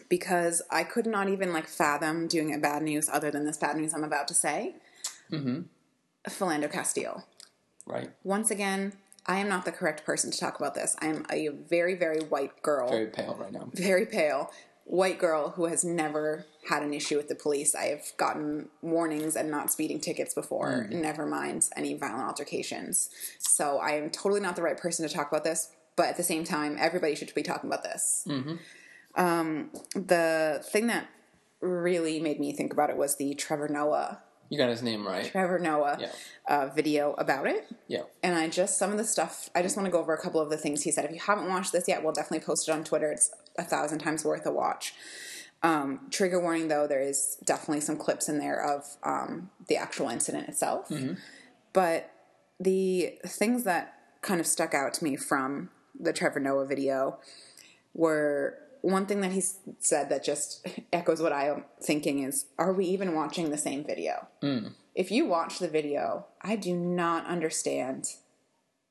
Speaker 1: because I could not even like fathom doing a bad news other than this bad news I'm about to say. Mm-hmm. Philando Castile.
Speaker 2: Right.
Speaker 1: Once again, I am not the correct person to talk about this. I am a very, very white girl.
Speaker 2: Very pale right now.
Speaker 1: very pale white girl who has never had an issue with the police. I have gotten warnings and not speeding tickets before, never mind any violent altercations. So I am totally not the right person to talk about this, but at the same time, everybody should be talking about this. Um, the thing that really made me think about it was the Trevor Noah,
Speaker 2: You got his name right.
Speaker 1: Trevor Noah
Speaker 2: Yeah.
Speaker 1: uh, video about it.
Speaker 2: Yeah.
Speaker 1: And I just some of the stuff. I just want to go over a couple of the things he said. If you haven't watched this yet, we'll definitely post it on Twitter. It's a thousand times worth a watch. Um, trigger warning, though, there is definitely some clips in there of um, the actual incident itself. But the things that kind of stuck out to me from the Trevor Noah video were one thing that he s- said that just echoes what I'm thinking is are we even watching the same video? If you watch the video, I do not understand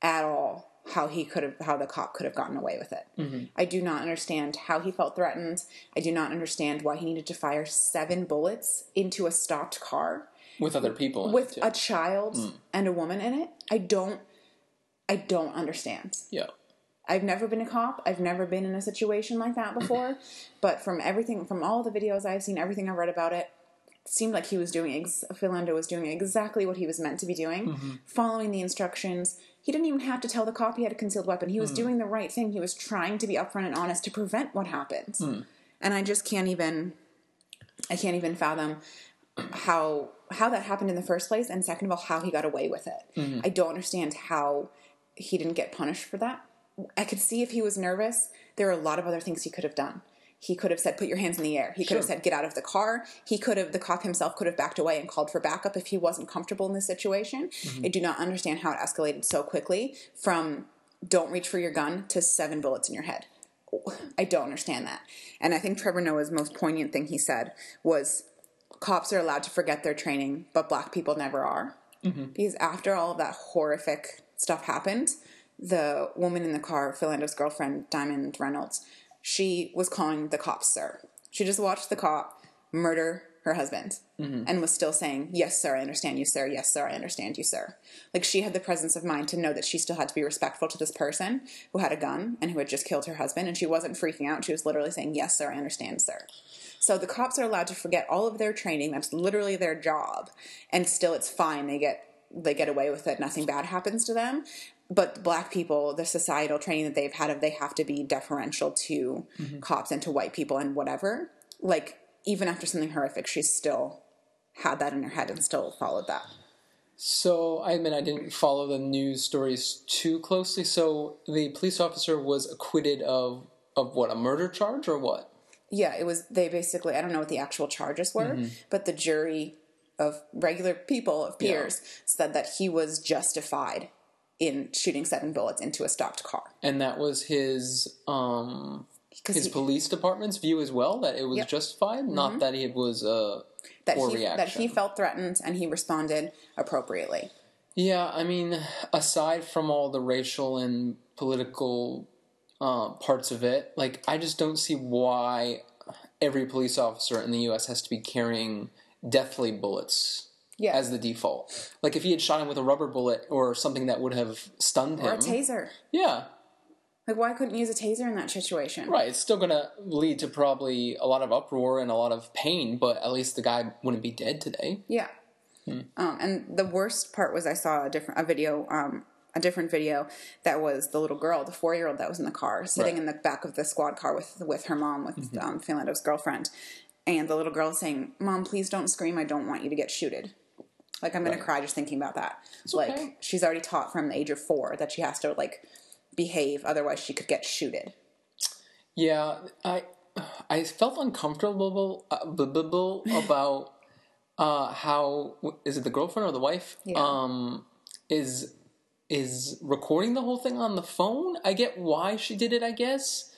Speaker 1: at all how he could have how the cop could have gotten away with it. I do not understand how he felt threatened. I do not understand why he needed to fire seven bullets into a stopped car
Speaker 2: With other people. In it
Speaker 1: with
Speaker 2: too.
Speaker 1: a child and a woman in it. I don't I don't understand.
Speaker 2: yeah.
Speaker 1: I've never been a cop. I've never been in a situation like that before. but from everything, from all the videos I've seen, everything I've read about it, it seemed like he was doing, ex- Philando was doing exactly what he was meant to be doing, following the instructions. He didn't even have to tell the cop he had a concealed weapon. He was doing the right thing. He was trying to be upfront and honest to prevent what happened. And I just can't even, I can't even fathom how how that happened in the first place and second of all how he got away with it i don't understand how he didn't get punished for that i could see if he was nervous there are a lot of other things he could have done he could have said put your hands in the air he could have
Speaker 2: Sure.
Speaker 1: said get out of the car he could have the cop himself could have backed away and called for backup if he wasn't comfortable in this situation i do not understand how it escalated so quickly from don't reach for your gun to seven bullets in your head I don't understand that. And I think Trevor Noah's most poignant thing he said was cops are allowed to forget their training, but black people never are. Because after all of that horrific stuff happened, the woman in the car, Philando's girlfriend, Diamond Reynolds, she was calling the cops, sir. She just watched the cop murder her husband and was still saying, Yes, sir, I understand you, sir. Yes, sir, I understand you, sir. Like she had the presence of mind to know that she still had to be respectful to this person who had a gun and who had just killed her husband. And she wasn't freaking out. She was literally saying, Yes, sir, I understand, sir. So the cops are allowed to forget all of their training. That's literally their job, and still it's fine. They get they get away with it. Nothing bad happens to them. But black people, the societal training that they've had of they have to be deferential to cops and to white people and whatever. Like even after something horrific, she still had that in her head and still followed that.
Speaker 2: So I admit I didn't follow the news stories too closely. So the police officer was acquitted of of what a murder charge or what?
Speaker 1: Yeah, it was they basically I don't know what the actual charges were,
Speaker 2: Mm-hmm.
Speaker 1: but the jury of regular people of peers said that he was justified in shooting seven bullets into a stopped car.
Speaker 2: And that was his um
Speaker 1: Because
Speaker 2: his
Speaker 1: he,
Speaker 2: police department's view as well that it was
Speaker 1: Yep. Mm-hmm.
Speaker 2: justified, not that it was uh
Speaker 1: that
Speaker 2: poor
Speaker 1: he that he
Speaker 2: reaction.
Speaker 1: felt threatened and he responded appropriately.
Speaker 2: yeah. I mean, aside from all the racial and political uh, parts of it, like I just don't see why every police officer in the U.S. has to be carrying deathly bullets.
Speaker 1: Yeah.
Speaker 2: as the default. Like if he had shot him with a rubber bullet or something that would have stunned him.
Speaker 1: or a taser.
Speaker 2: yeah.
Speaker 1: Like why couldn't you use a taser in that situation?
Speaker 2: Right. It's still gonna lead to probably a lot of uproar and a lot of pain, but at least the guy wouldn't be dead today.
Speaker 1: Yeah.
Speaker 2: Hmm.
Speaker 1: Um, and the worst part was I saw a different a video, um, a different video that was the little girl, the four year old that was in the car, sitting
Speaker 2: Right. Mm-hmm.
Speaker 1: in the back of the squad car with with her mom, with um, Finlando's girlfriend, and the little girl saying, "Mom, please don't scream. I don't want you to get shooted." Like I'm gonna cry just thinking about that. like
Speaker 2: okay.
Speaker 1: she's already taught from the age of four that she has to like behave, otherwise she could get shooted.
Speaker 2: Yeah, I I felt uncomfortable uh, bu- bu- bu- about uh, how is it the girlfriend or the wife?
Speaker 1: Yeah.
Speaker 2: Um, is is recording the whole thing on the phone? I get why she did it, I guess,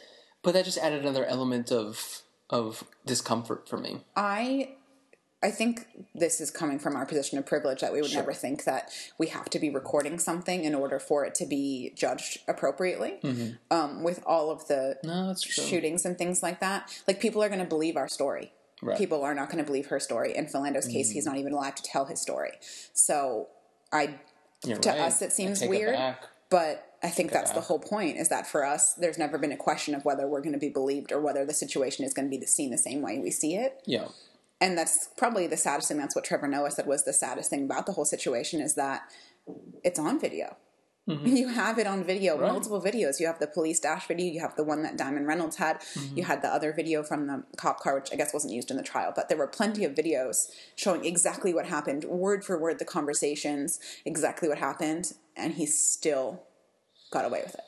Speaker 2: but that just added another element of of discomfort for me.
Speaker 1: I I think this is coming from our position of privilege that we would never think that we have to be recording something in order for it to be judged appropriately. Um, with all of the
Speaker 2: Mm-hmm. No, that's true.
Speaker 1: shootings and things like that, like people are going to believe our story.
Speaker 2: Right. Mm.
Speaker 1: People are not going to believe her story. In Philando's case, he's not even allowed to tell his story. So I,
Speaker 2: You're
Speaker 1: to
Speaker 2: right.
Speaker 1: us, it
Speaker 2: I
Speaker 1: seems
Speaker 2: take it
Speaker 1: weird.
Speaker 2: back.
Speaker 1: but I think that's the
Speaker 2: back.
Speaker 1: whole point is that for us, there's never been a question of whether we're going to be believed or whether the situation is going to be seen the same way we see it
Speaker 2: Yeah,
Speaker 1: and that's probably the saddest thing. That's what Trevor Noah said was the saddest thing about the whole situation is that it's on video.
Speaker 2: Mm-hmm.
Speaker 1: You have it on video, multiple videos. You have the police dash video, you have the one that Diamond Reynolds had,
Speaker 2: Mm-hmm.
Speaker 1: you had the other video from the cop car, which I guess wasn't used in the trial, but there were plenty of videos showing exactly what happened, word for word, the conversations, exactly what happened, and he still got away with it.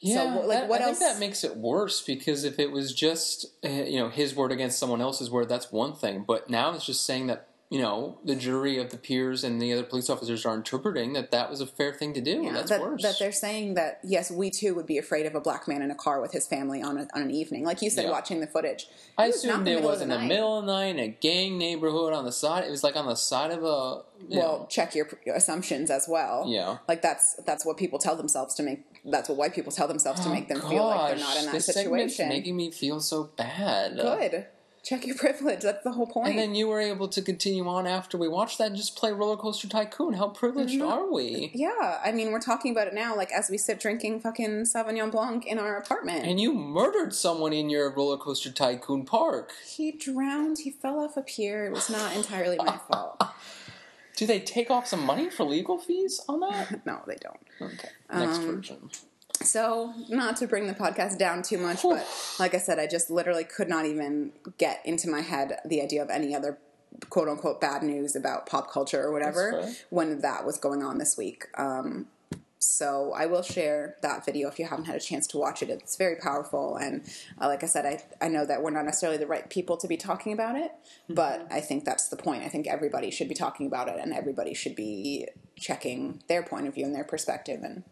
Speaker 2: yeah.
Speaker 1: wh- like,
Speaker 2: that-
Speaker 1: what
Speaker 2: I
Speaker 1: else-
Speaker 2: think that makes it worse because if it was just uh, you know his word against someone else's word, that's one thing. But now it's just saying that you know the jury of the peers and the other police officers are interpreting that that was a fair thing to do. that's
Speaker 1: that,
Speaker 2: worse.
Speaker 1: that they're saying that yes, we too would be afraid of a black man in a car with his family on, a, on an evening, like you said,
Speaker 2: Yeah.
Speaker 1: watching the footage.
Speaker 2: I
Speaker 1: was not in
Speaker 2: assumed
Speaker 1: the
Speaker 2: it
Speaker 1: middle of
Speaker 2: was
Speaker 1: the
Speaker 2: in the
Speaker 1: night.
Speaker 2: middle of the night in a gang neighborhood on the side. It was like on the side of a you
Speaker 1: well
Speaker 2: know,
Speaker 1: check your your assumptions as well
Speaker 2: Yeah.
Speaker 1: like that's that's what people tell themselves to make that's what white people tell themselves to make them feel like they're not in that
Speaker 2: this Oh, segment's
Speaker 1: situation
Speaker 2: making me feel so bad.
Speaker 1: good check your privilege that's the whole point
Speaker 2: And then you were able to continue on after we watched that and just play Roller Coaster Tycoon. How privileged
Speaker 1: Mm-hmm.
Speaker 2: are we?
Speaker 1: yeah i mean we're talking about it now like as we sit drinking fucking sauvignon blanc in our apartment
Speaker 2: And you murdered someone in your Roller Coaster Tycoon park.
Speaker 1: he drowned he fell off a pier it was not entirely my fault
Speaker 2: Do they take off some money for legal fees on that?
Speaker 1: no they don't
Speaker 2: Okay, next
Speaker 1: Um,
Speaker 2: version.
Speaker 1: So, not to bring the podcast down too much, but like I said, I just literally could not even get into my head the idea of any other quote unquote bad news about pop culture or whatever
Speaker 2: fair.
Speaker 1: when that was going on this week. Um, so, I will share that video if you haven't had a chance to watch it. It's very powerful. And uh, like I said, I, I know that we're not necessarily the right people to be talking about it, but I think that's the point. I think everybody should be talking about it and everybody should be checking their point of view and their perspective and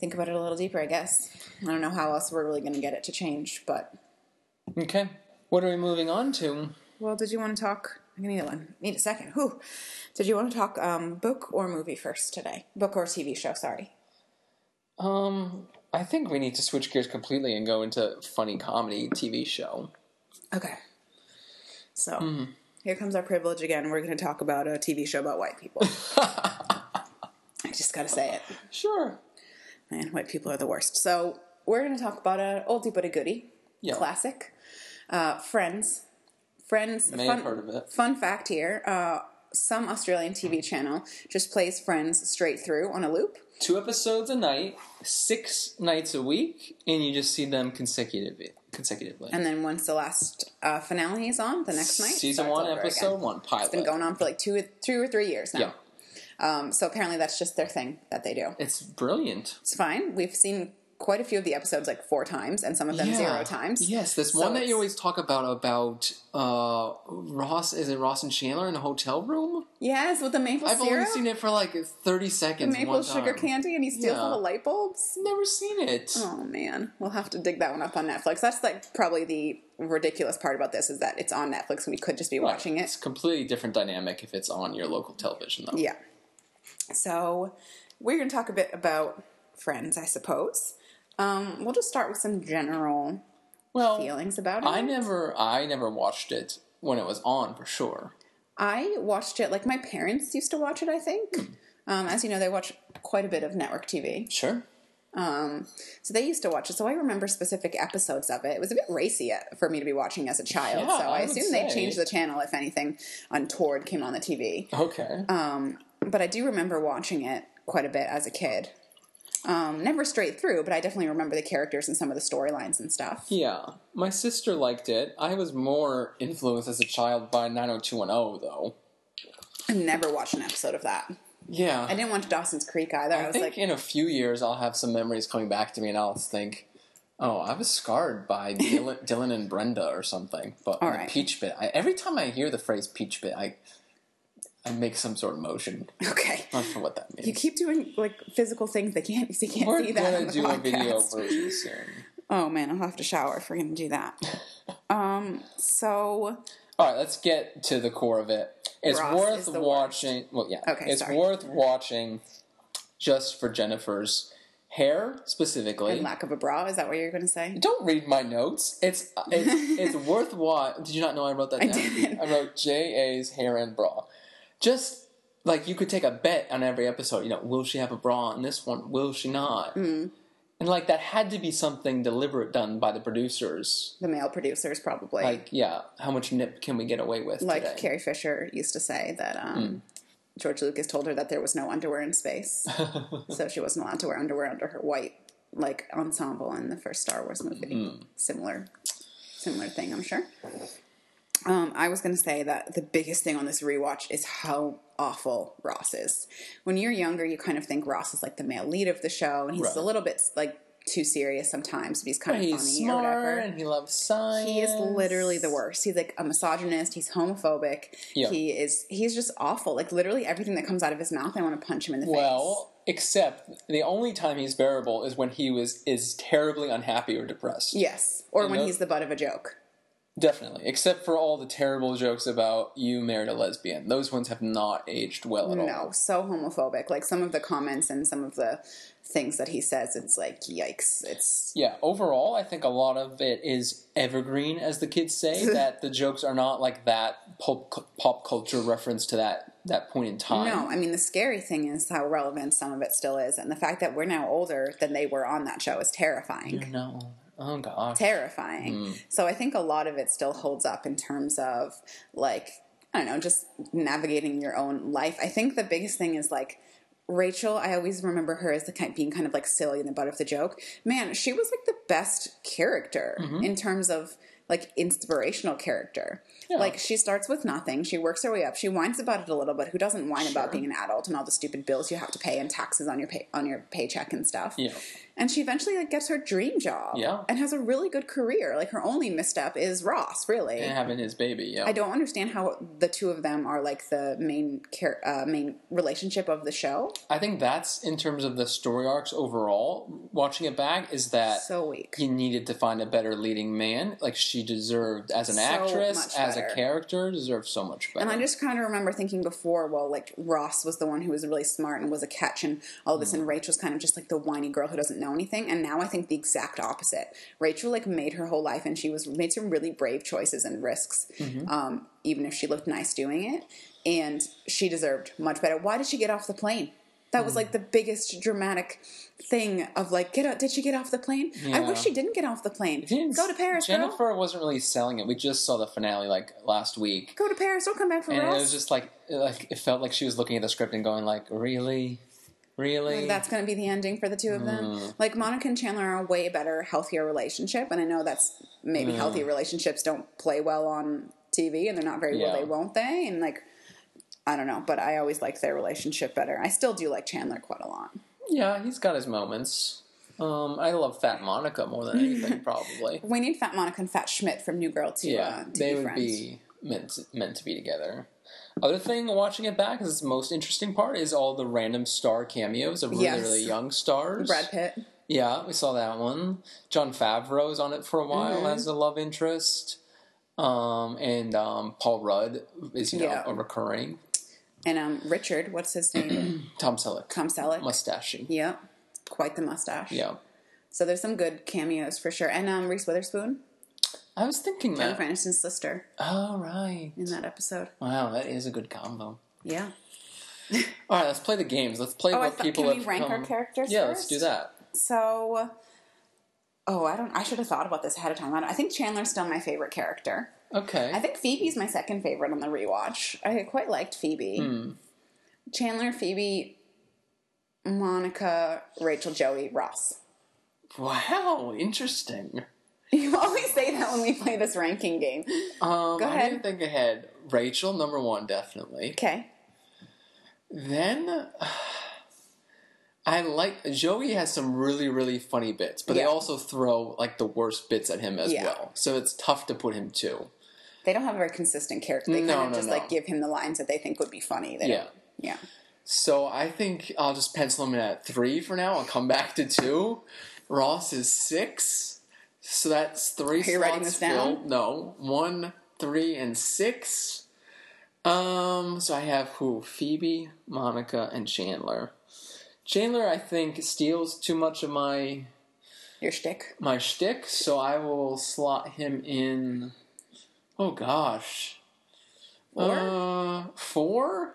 Speaker 1: think about it a little deeper, I guess. I don't know how else we're really going to get it to change, but
Speaker 2: Okay, what are we moving on to?
Speaker 1: well, did you want to talk? I'm gonna need one. Need a second. Who? Did you want to talk um, book or movie first today? Book or TV show? Sorry.
Speaker 2: Um, I think we need to switch gears completely and go into funny comedy TV show.
Speaker 1: Okay. Hmm. So here comes our privilege again. We're gonna talk about a TV show about white people. I just gotta say it.
Speaker 2: Sure.
Speaker 1: Man, white people are the worst. So we're going to talk about an oldie but a goodie,
Speaker 2: Yeah.
Speaker 1: classic, uh, Friends. Friends.
Speaker 2: May
Speaker 1: fun,
Speaker 2: have heard of it.
Speaker 1: Fun fact here: uh, some Australian TV channel just plays Friends straight through on a loop.
Speaker 2: Two episodes a night, six nights a week, and you just see them consecutively. Consecutively.
Speaker 1: And then once the last uh, finale is on, the next night,
Speaker 2: Season
Speaker 1: starts
Speaker 2: one,
Speaker 1: over
Speaker 2: episode
Speaker 1: again.
Speaker 2: one, pilot.
Speaker 1: It's been going on for like two, two or three years
Speaker 2: Yeah,
Speaker 1: now. Um, so apparently, that's just their thing that they do.
Speaker 2: it's brilliant.
Speaker 1: It's fine. We've seen quite a few of the episodes like four times, and some of them
Speaker 2: Yeah.
Speaker 1: zero times.
Speaker 2: Yes, this
Speaker 1: So
Speaker 2: one that
Speaker 1: it's-
Speaker 2: you always talk about about uh, Ross. Is it Ross and Chandler in a hotel room?
Speaker 1: Yes, with the maple
Speaker 2: I've
Speaker 1: syrup.
Speaker 2: only seen it for like thirty seconds.
Speaker 1: maple
Speaker 2: one time.
Speaker 1: sugar candy and he steals
Speaker 2: Yeah.
Speaker 1: all the light bulbs.
Speaker 2: Never seen it.
Speaker 1: Oh man, we'll have to dig that one up on Netflix. That's like probably the ridiculous part about this is that it's on Netflix and we could just be
Speaker 2: Right.
Speaker 1: watching
Speaker 2: It's
Speaker 1: it.
Speaker 2: completely different dynamic if it's on your local television, though.
Speaker 1: Yeah. So we're going to talk a bit about friends, I suppose. Um, we'll just start with some general
Speaker 2: Well,
Speaker 1: feelings about it.
Speaker 2: I never, I never watched it when it was on for sure.
Speaker 1: I watched it like my parents used to watch it. I think,
Speaker 2: Hmm.
Speaker 1: um, as you know, they watch quite a bit of network TV.
Speaker 2: Sure.
Speaker 1: Um, so they used to watch it. So I remember specific episodes of it. It was a bit racy at- for me to be watching as a child.
Speaker 2: Yeah,
Speaker 1: so I,
Speaker 2: I would
Speaker 1: assume they
Speaker 2: say.
Speaker 1: changed the channel if anything untoward came on the TV.
Speaker 2: Okay.
Speaker 1: Um, but I do remember watching it quite a bit as a kid. Um, never straight through, but I definitely remember the characters and some of the storylines and stuff.
Speaker 2: yeah, my sister liked it. I was more influenced as a child by 90210, though.
Speaker 1: I never watched an episode of that.
Speaker 2: Yeah,
Speaker 1: I didn't watch Dawson's Creek either. I,
Speaker 2: I
Speaker 1: was
Speaker 2: think
Speaker 1: like,
Speaker 2: in a few years I'll have some memories coming back to me, and I'll think, Oh, I was scarred by Dylan, Dylan and Brenda or something. But
Speaker 1: All
Speaker 2: the
Speaker 1: right.
Speaker 2: peach bit. I, every time I hear the phrase peach bit, I I make some sort of motion.
Speaker 1: Okay.
Speaker 2: I don't know what that means.
Speaker 1: You keep doing like physical things. They can't. They can't
Speaker 2: We're
Speaker 1: see that. on
Speaker 2: gonna
Speaker 1: the
Speaker 2: do a video
Speaker 1: podcast.
Speaker 2: version soon.
Speaker 1: Oh man, I'll have to shower if we're gonna do that. um. So
Speaker 2: All right, let's get to the core of it. It's
Speaker 1: Ross is
Speaker 2: worth
Speaker 1: the
Speaker 2: watching. Well, yeah.
Speaker 1: Okay,
Speaker 2: It's
Speaker 1: sorry.
Speaker 2: worth watching just for Jennifer's hair specifically.
Speaker 1: in lack of a bra, is that what you're gonna say?
Speaker 2: Don't read my notes. It's it's, it's worth watching. Did you not know I wrote that down?
Speaker 1: didn't.
Speaker 2: I wrote J A's hair and bra. Just like you could take a bet on every episode. You know, will she have a bra on this one? Will she not?
Speaker 1: Hmm.
Speaker 2: And like that had to be something deliberate done by the producers.
Speaker 1: The male producers probably.
Speaker 2: Like, yeah, how much nip can we get away with?
Speaker 1: like
Speaker 2: today?
Speaker 1: Carrie Fisher used to say that um, George Lucas told her that there was no underwear in space, so she wasn't allowed to wear underwear under her white like ensemble in the first Star Wars movie. Similar, similar thing, I'm sure. Um, I was going to say that the biggest thing on this rewatch is how awful Ross is. When you're younger, you kind of think Ross is like the male lead of the show, and he's
Speaker 2: Right.
Speaker 1: a little bit like too serious sometimes, but he's kind of
Speaker 2: He's
Speaker 1: funny or
Speaker 2: smart
Speaker 1: whatever.
Speaker 2: and he loves science.
Speaker 1: He is literally the worst. He's like a misogynist. He's homophobic.
Speaker 2: Yeah.
Speaker 1: He is. He's just awful. Like literally everything that comes out of his mouth, I want to punch him in the face.
Speaker 2: Well, except the only time he's bearable is when he was is terribly unhappy or depressed.
Speaker 1: Yes, or when
Speaker 2: know-
Speaker 1: he's the butt of a joke.
Speaker 2: Definitely, except for all the terrible jokes about you married a lesbian. Those ones have not aged well at all.
Speaker 1: No, so homophobic. Like some of the comments and some of the things that he says, it's like yikes. It's
Speaker 2: Yeah, overall, I think a lot of it is evergreen, as the kids say. that the jokes are not like that pop, cu- pop culture reference to that that point in time.
Speaker 1: no. I mean, the scary thing is how relevant some of it still is, and the fact that we're now older than they were on that show is terrifying.
Speaker 2: no. Oh god.
Speaker 1: terrifying.
Speaker 2: Mm.
Speaker 1: So I think a lot of it still holds up in terms of like I don't know, just navigating your own life. I think the biggest thing is like Rachel, I always remember her as the kind being kind of like silly and the butt of the joke. Man, she was like the best character
Speaker 2: Mm-hmm.
Speaker 1: in terms of like inspirational character. Like she starts with nothing, she works her way up, she whines about it a little bit. Who doesn't whine about being an adult and all the stupid bills you have to pay and taxes on your pay on your paycheck and stuff?
Speaker 2: Yeah.
Speaker 1: And she eventually like gets her dream job
Speaker 2: Yeah.
Speaker 1: and has a really good career. Like her only misstep is Ross, really.
Speaker 2: and having his baby. Yeah.
Speaker 1: I don't understand how the two of them are like the main care, uh, main relationship of the show.
Speaker 2: I think that's in terms of the story arcs overall. Watching it back is that
Speaker 1: So weak.
Speaker 2: he needed to find a better leading man. Like she deserved as an
Speaker 1: So
Speaker 2: actress,
Speaker 1: much
Speaker 2: as a
Speaker 1: better.
Speaker 2: character, deserved so much better.
Speaker 1: And I just kind of remember thinking before, well, like Ross was the one who was really smart and was a catch and all this,
Speaker 2: Mm-hmm.
Speaker 1: and Rachel's kind of just like the whiny girl who doesn't know anything. And now I think the exact opposite. Rachel like made her whole life, and she was made some really brave choices and risks,
Speaker 2: Mm-hmm.
Speaker 1: um, even if she looked nice doing it. And she deserved much better. Why did she get off the plane? That was
Speaker 2: Mm.
Speaker 1: like the biggest dramatic thing of like, get out, did she get off the plane? I wish
Speaker 2: Yeah.
Speaker 1: she didn't get off the plane.
Speaker 2: Didn't-
Speaker 1: Go to Paris,
Speaker 2: Jennifer
Speaker 1: girl.
Speaker 2: wasn't really selling it. We just saw the finale like last week,
Speaker 1: Go to Paris. Don't come back for
Speaker 2: and
Speaker 1: Ross.
Speaker 2: it was just like like it felt like she was looking at the script and going like, really, really.
Speaker 1: that's going to be the ending for the two of them.
Speaker 2: Mm.
Speaker 1: Like Monica and Chandler are a way better, healthier relationship, and I know that's
Speaker 2: Mm.
Speaker 1: maybe healthy relationships don't play well on TV, and they're not very
Speaker 2: Yeah.
Speaker 1: well. They won't they? And like, I don't know, but I always liked their relationship better. I still do like Chandler quite a lot.
Speaker 2: yeah, he's got his moments. Um, I love Fat Monica more than anything, probably.
Speaker 1: We need Fat Monica and Fat Schmidt from New Girl to uh,
Speaker 2: yeah,
Speaker 1: to
Speaker 2: they
Speaker 1: be
Speaker 2: would
Speaker 1: friends.
Speaker 2: be meant to, meant to be together. Other thing, watching it back is the most interesting part is all the random star cameos of really
Speaker 1: Yes.
Speaker 2: really young stars.
Speaker 1: Brad Pitt.
Speaker 2: Yeah, we saw that one. John Favreau was on it for a while
Speaker 1: Mm-hmm.
Speaker 2: as a love interest. Um, and um, Paul Rudd is, you know,
Speaker 1: Yeah.
Speaker 2: a recurring.
Speaker 1: And um, Richard, what's his name?
Speaker 2: Tom Selleck.
Speaker 1: Tom Selleck.
Speaker 2: Mustache. Yeah.
Speaker 1: yeah, quite the mustache. So there's some good cameos for sure. And um, Reese Witherspoon,
Speaker 2: I was thinking that.
Speaker 1: Jennifer Aniston's sister,
Speaker 2: All right.
Speaker 1: in that episode.
Speaker 2: Wow, that is a good combo.
Speaker 1: Yeah.
Speaker 2: All right, let's play the games. Let's play
Speaker 1: Oh, I
Speaker 2: what
Speaker 1: thought-
Speaker 2: people
Speaker 1: can we
Speaker 2: have
Speaker 1: rank our
Speaker 2: come-
Speaker 1: characters
Speaker 2: Yeah, let's
Speaker 1: first?
Speaker 2: do that.
Speaker 1: So, oh, I don't. I should have thought about this ahead of time. I, don't- I think Chandler's still my favorite character.
Speaker 2: Okay.
Speaker 1: I think Phoebe's my second favorite on the rewatch. I quite liked Phoebe.
Speaker 2: Hmm.
Speaker 1: Chandler, Phoebe, Monica, Rachel, Joey, Ross.
Speaker 2: wow, interesting.
Speaker 1: You always say that when we play this ranking game. Go
Speaker 2: Um, I
Speaker 1: ahead.
Speaker 2: didn't think ahead. Rachel, number one, definitely.
Speaker 1: Okay.
Speaker 2: Then I like Joey has some really really funny bits, but they
Speaker 1: Yeah.
Speaker 2: also throw like the worst bits at him as
Speaker 1: Yeah.
Speaker 2: well. So it's tough to put him to.
Speaker 1: They don't have a very consistent character. They
Speaker 2: No,
Speaker 1: kind of
Speaker 2: no,
Speaker 1: just
Speaker 2: no.
Speaker 1: like give him the lines that they think would be funny. They
Speaker 2: Yeah.
Speaker 1: don't- yeah.
Speaker 2: So I think I'll just pencil him in at three for now. I'll come back to two. Ross is six, so that's three.
Speaker 1: Are you writing
Speaker 2: slots
Speaker 1: this down?
Speaker 2: filled. No, one, three, and six. Um, so I have who? Phoebe, Monica, and Chandler. Chandler, I think, steals too much of my
Speaker 1: Your shtick.
Speaker 2: my shtick, so I will slot him in. Oh gosh,
Speaker 1: Four?
Speaker 2: uh, four,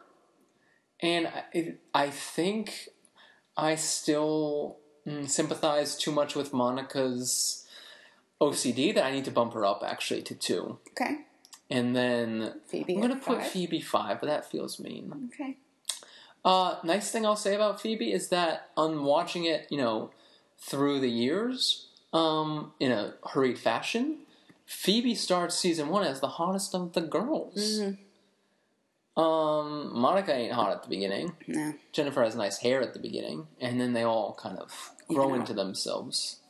Speaker 2: and I, it, I think I still mm, sympathize too much with Monica's OCD that I need to bump her up actually to two,
Speaker 1: Okay.
Speaker 2: and then
Speaker 1: Phoebe
Speaker 2: I'm gonna
Speaker 1: at
Speaker 2: put
Speaker 1: five?
Speaker 2: Phoebe five, but that feels mean.
Speaker 1: Okay.
Speaker 2: Uh, nice thing I'll say about Phoebe is that on watching it, you know, through the years, um, in a hurried fashion, Phoebe starts season one as the hottest of the girls.
Speaker 1: Mm-hmm.
Speaker 2: Um, Monica ain't hot at the beginning.
Speaker 1: No.
Speaker 2: Jennifer has nice hair at the beginning, and then they all kind of grow into themselves.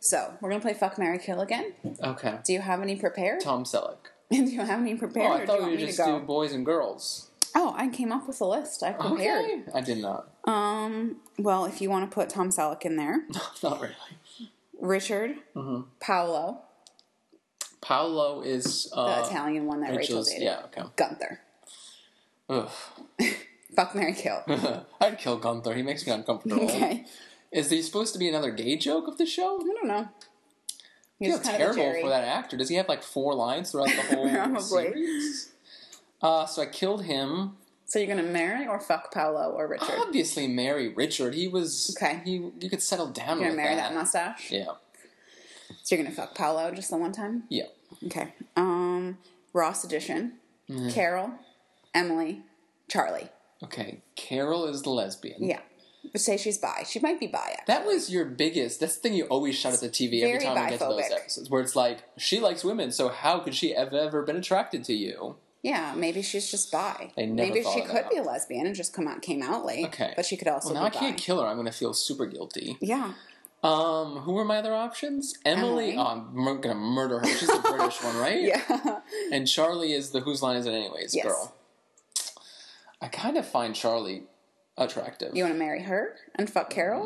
Speaker 1: So we're gonna play Fuck Mary Kill again.
Speaker 2: Okay,
Speaker 1: Do you have any prepared?
Speaker 2: Tom Selleck.
Speaker 1: do you have any prepared?
Speaker 2: Oh,
Speaker 1: or
Speaker 2: I
Speaker 1: do
Speaker 2: thought
Speaker 1: you
Speaker 2: we
Speaker 1: want
Speaker 2: would
Speaker 1: me
Speaker 2: just
Speaker 1: to go?
Speaker 2: do boys and girls.
Speaker 1: Oh, I came up with a list. I prepared.
Speaker 2: Okay, I did not.
Speaker 1: Um. Well, if you want to put Tom Selleck in there,
Speaker 2: not really.
Speaker 1: Richard,
Speaker 2: Mm-hmm.
Speaker 1: Paolo,
Speaker 2: Paolo is
Speaker 1: the
Speaker 2: uh,
Speaker 1: Italian one that Rachel
Speaker 2: Rachel's-
Speaker 1: dated,
Speaker 2: Yeah. Okay.
Speaker 1: Gunther.
Speaker 2: Ugh.
Speaker 1: Fuck Mary Kill.
Speaker 2: Oh. I'd kill Gunther. He makes me uncomfortable.
Speaker 1: okay.
Speaker 2: Is he supposed to be another gay joke of the show?
Speaker 1: I don't know.
Speaker 2: I
Speaker 1: He's
Speaker 2: feel
Speaker 1: kind of a
Speaker 2: terrible
Speaker 1: Jerry.
Speaker 2: for that actor. Does he have like four lines throughout the whole
Speaker 1: Probably.
Speaker 2: series? Uh, so I killed him.
Speaker 1: So you're gonna marry or fuck Paolo or Richard?
Speaker 2: Obviously, marry Richard. He was
Speaker 1: Okay.
Speaker 2: He you could settle down
Speaker 1: you're gonna
Speaker 2: with
Speaker 1: marry
Speaker 2: that.
Speaker 1: that mustache.
Speaker 2: yeah,
Speaker 1: So you're gonna fuck Paolo just the one time?
Speaker 2: yeah.
Speaker 1: Okay. Um, Ross edition. Carol, Emily, Charlie.
Speaker 2: Okay, Carol is the lesbian.
Speaker 1: Yeah. But say she's bi. She might be bi.
Speaker 2: That was your biggest. That's the thing you always shout at the TV every
Speaker 1: Very
Speaker 2: time we get to those
Speaker 1: biphobic.
Speaker 2: episodes, where it's like she likes women, so how could she have ever been attracted to you?
Speaker 1: Yeah, maybe she's just bi.
Speaker 2: I never
Speaker 1: maybe
Speaker 2: thought
Speaker 1: she
Speaker 2: of
Speaker 1: could
Speaker 2: that.
Speaker 1: be a lesbian and just come out came out late.
Speaker 2: Okay,
Speaker 1: But she could also
Speaker 2: Well, now I
Speaker 1: be bi.
Speaker 2: can't kill her. I'm going to feel super guilty.
Speaker 1: yeah.
Speaker 2: Um, who were my other options? Emily.
Speaker 1: Emily.
Speaker 2: Oh, I'm mur- gonna murder her. She's the British one, right?
Speaker 1: Yeah.
Speaker 2: And Charlie is the whose line is it anyways?
Speaker 1: Yes.
Speaker 2: Girl. I kind of find Charlie attractive.
Speaker 1: you wanna marry her and fuck Carol?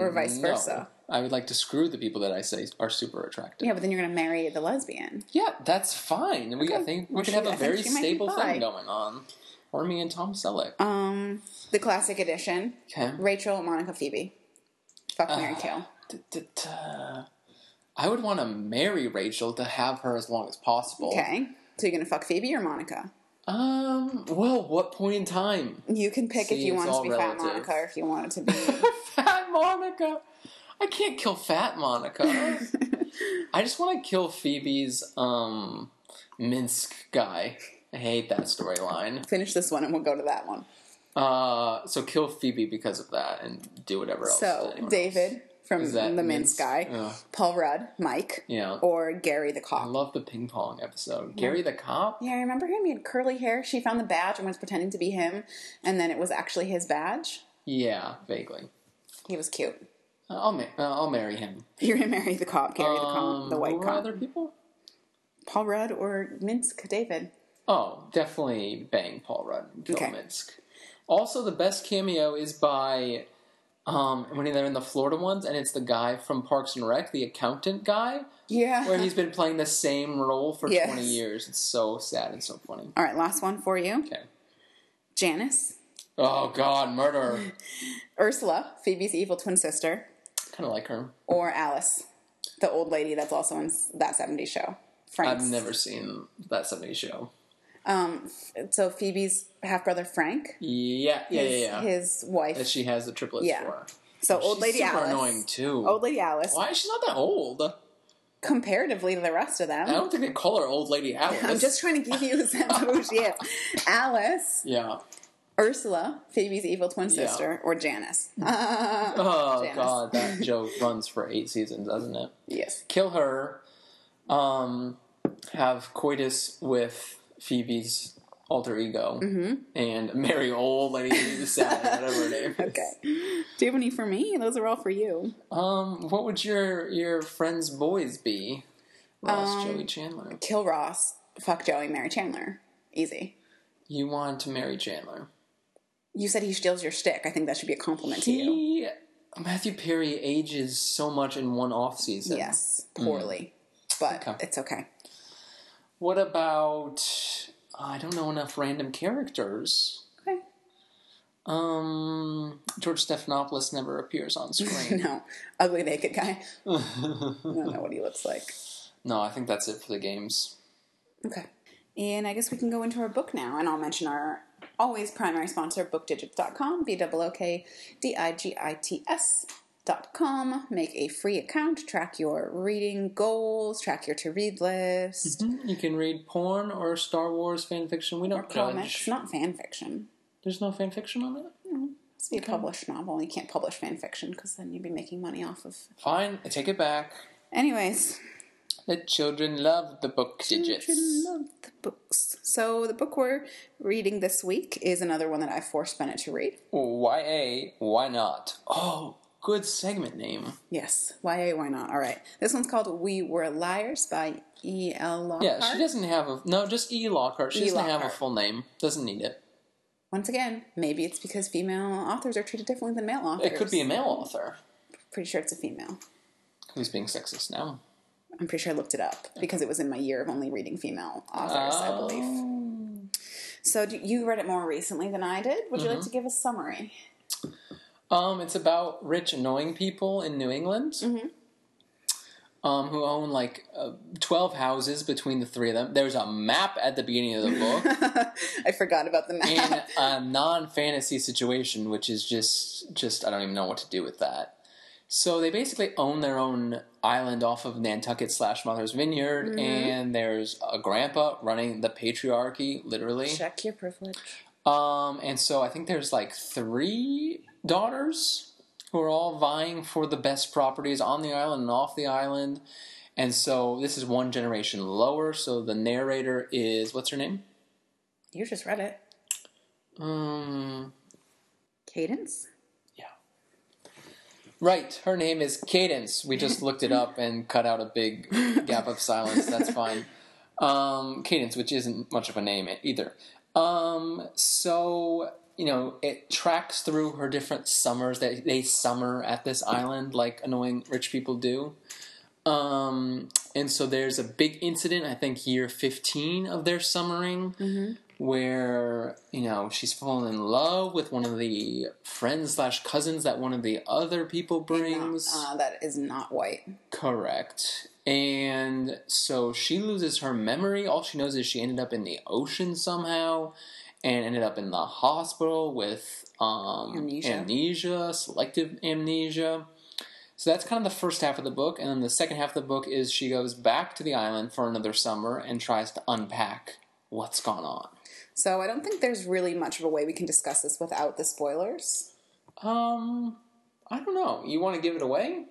Speaker 1: or vice
Speaker 2: Mm, No.
Speaker 1: versa.
Speaker 2: I would like to screw the people that I say are super attractive.
Speaker 1: Yeah, but then you're gonna marry the lesbian.
Speaker 2: Yeah, that's fine. We I think we
Speaker 1: Well,
Speaker 2: can
Speaker 1: she-
Speaker 2: have
Speaker 1: I
Speaker 2: a
Speaker 1: think
Speaker 2: very
Speaker 1: she might be
Speaker 2: stable
Speaker 1: bi.
Speaker 2: thing going on. Or me and Tom Selleck.
Speaker 1: Um the classic edition.
Speaker 2: okay. Uh, oh.
Speaker 1: Rachel, Monica, Phoebe. Fuck Mary Kill.
Speaker 2: Da-da-da. uh, I would want to marry Rachel to have her as long as possible.
Speaker 1: Okay. So you're gonna fuck Phoebe or Monica?
Speaker 2: Um. Well, what point in time?
Speaker 1: You can pick if
Speaker 2: See,
Speaker 1: you
Speaker 2: it's
Speaker 1: want it to
Speaker 2: all
Speaker 1: be
Speaker 2: relative.
Speaker 1: Fat Monica or if you want it to be.
Speaker 2: Fat Monica. I can't kill Fat Monica. I just want to kill Phoebe's um Minsk guy. I hate that storyline.
Speaker 1: Finish this one and we'll go to that one.
Speaker 2: Uh, so kill Phoebe because of that, and do whatever else.
Speaker 1: So
Speaker 2: anyone
Speaker 1: David
Speaker 2: else.
Speaker 1: from
Speaker 2: Is that
Speaker 1: the Minsk
Speaker 2: Minsk?
Speaker 1: guy,
Speaker 2: Yeah.
Speaker 1: Paul Rudd, Mike,
Speaker 2: Yeah.
Speaker 1: or Gary the
Speaker 2: I
Speaker 1: cop.
Speaker 2: love the ping pong episode. Gary the cop.
Speaker 1: Yeah, I remember him. He had curly hair. She found the badge and was pretending to be him, and then it was actually his badge.
Speaker 2: Yeah, vaguely.
Speaker 1: He was cute.
Speaker 2: I'll ma- uh, I'll marry him.
Speaker 1: You're gonna marry the cop, Gary the
Speaker 2: Um,
Speaker 1: cop, the
Speaker 2: who
Speaker 1: white
Speaker 2: were
Speaker 1: cop,
Speaker 2: Other people.
Speaker 1: Paul Rudd or Minsk David.
Speaker 2: Oh, definitely bang Paul Rudd and Bill
Speaker 1: Okay.
Speaker 2: Minsk. Also, the best cameo is by um, when they're in the Florida ones, and it's the guy from Parks and Rec, the accountant guy,
Speaker 1: Yeah.
Speaker 2: where he's been playing the same role for
Speaker 1: Yes.
Speaker 2: 20 years. It's so sad and so funny.
Speaker 1: All right, last one for you.
Speaker 2: Okay.
Speaker 1: Janice,
Speaker 2: Oh, God, murder.
Speaker 1: Ursula, Phoebe's evil twin sister,
Speaker 2: kind of like her.
Speaker 1: or Alice, the old lady that's also in s- that '70s show.
Speaker 2: I've
Speaker 1: Frank's.
Speaker 2: never seen that 70s show.
Speaker 1: Um, so Phoebe's half brother Frank,
Speaker 2: Yeah, yeah,
Speaker 1: his,
Speaker 2: yeah. yeah.
Speaker 1: his wife.
Speaker 2: That she has the triplets
Speaker 1: Yeah.
Speaker 2: for.
Speaker 1: so old
Speaker 2: She's
Speaker 1: lady
Speaker 2: super
Speaker 1: Alice.
Speaker 2: annoying, too.
Speaker 1: Old lady Alice,
Speaker 2: Why? She's not that old. I
Speaker 1: comparatively to the rest of them.
Speaker 2: don't think they call her Old Lady Alice.
Speaker 1: I'm just trying to give you a sense of who she is. Alice,
Speaker 2: Yeah.
Speaker 1: Ursula, Phoebe's evil twin
Speaker 2: Yeah.
Speaker 1: sister, or Janice.
Speaker 2: Oh
Speaker 1: Janice.
Speaker 2: god, that joke runs for eight seasons, doesn't it?
Speaker 1: yes.
Speaker 2: Kill her, um, have coitus with Phoebe's alter ego,
Speaker 1: Mm-hmm.
Speaker 2: and Mary Old Lady Sally, whatever her name. is.
Speaker 1: Okay. Do you have any for me? Those are all for you.
Speaker 2: Um, what would your your friends' boys be? Ross,
Speaker 1: Um,
Speaker 2: Joey Chandler.
Speaker 1: Kill Ross, fuck Joey, marry Chandler. Easy.
Speaker 2: You want to marry Chandler?
Speaker 1: You said he steals your stick. I think that should be a compliment to you.
Speaker 2: He Matthew Perry ages so much in one off season.
Speaker 1: Yes, poorly, but
Speaker 2: Mm. Okay.
Speaker 1: it's okay.
Speaker 2: What about I don't know enough random characters.
Speaker 1: Okay.
Speaker 2: Um, George Stephanopoulos never appears on screen.
Speaker 1: No, ugly naked guy. I don't know what he looks like.
Speaker 2: no, I think that's it for the games.
Speaker 1: Okay. And I guess we can go into our book now, and I'll mention our always primary sponsor, bookdigits.com, B O O K D I G I T S. Dot com, make a free account, track your reading goals, track your to read list,
Speaker 2: You can read porn or Star Wars fan fiction. We don't judge.
Speaker 1: comics, not fan fiction.
Speaker 2: There's no fan fiction on it.
Speaker 1: It's be a published novel. You can't publish fan fiction because then you'd be making money off of.
Speaker 2: Fine, I take it back.
Speaker 1: Anyways,
Speaker 2: The children love the book digits.
Speaker 1: Children love the books. So the book we're reading this week is another one that I forced Bennett to read.
Speaker 2: YA, why not? Oh, good segment name.
Speaker 1: Yes, YA, why not? All right, this one's called "We Were Liars" by E. L. Lockhart.
Speaker 2: Yeah, she doesn't have a no, just E Lockhart. She
Speaker 1: E.
Speaker 2: doesn't have a
Speaker 1: Lockhart.
Speaker 2: full name. Doesn't need it.
Speaker 1: Once again, maybe it's because female authors are treated differently than male authors.
Speaker 2: It could be a male author
Speaker 1: Pretty sure it's a female.
Speaker 2: who's being sexist now.
Speaker 1: I'm pretty sure I looked it up because it was in my year of only reading female authors, I believe.
Speaker 2: Oh. Mm-hmm.
Speaker 1: So do, you read it more recently than I did. Would you like to give a summary?
Speaker 2: Um, it's about rich, annoying people in New England um, who own like uh, 12 houses between the three of them. There's a map at the beginning of the book
Speaker 1: I forgot about the map.
Speaker 2: and a non fantasy situation, which is just, just, I don't even know what to do with that. So they basically own their own island off of Nantucket slash Mother's Vineyard, and there's a grandpa running the patriarchy, literally.
Speaker 1: Check your privilege.
Speaker 2: Um, and so I think there's like three daughters who are all vying for the best properties on the island and off the island. And so this is one generation lower. So the narrator is what's her name?
Speaker 1: You just read it.
Speaker 2: Um,
Speaker 1: Cadence?
Speaker 2: right, her name is Cadence. We just looked it up and cut out a big gap of silence. That's fine. Um, Cadence, which isn't much of a name either. Um, so you know, it tracks through her different summers that they summer at this island, like annoying rich people do. Um, and so there's a big incident, I think, year 15 of their summering, where you know she's fallen in love with one of the friends slash cousins that one of the other people brings.
Speaker 1: Uh, that is not white.
Speaker 2: Correct. And so she loses her memory. All she knows is she ended up in the ocean somehow and ended up in the hospital with um,
Speaker 1: Amnesia.
Speaker 2: amnesia, selective amnesia. So that's kind of the first half of the book. And then the second half of the book is she goes back to the island for another summer and tries to unpack what's gone on.
Speaker 1: So I don't think there's really much of a way we can discuss this without the spoilers.
Speaker 2: Um, I don't know. You want to give it away?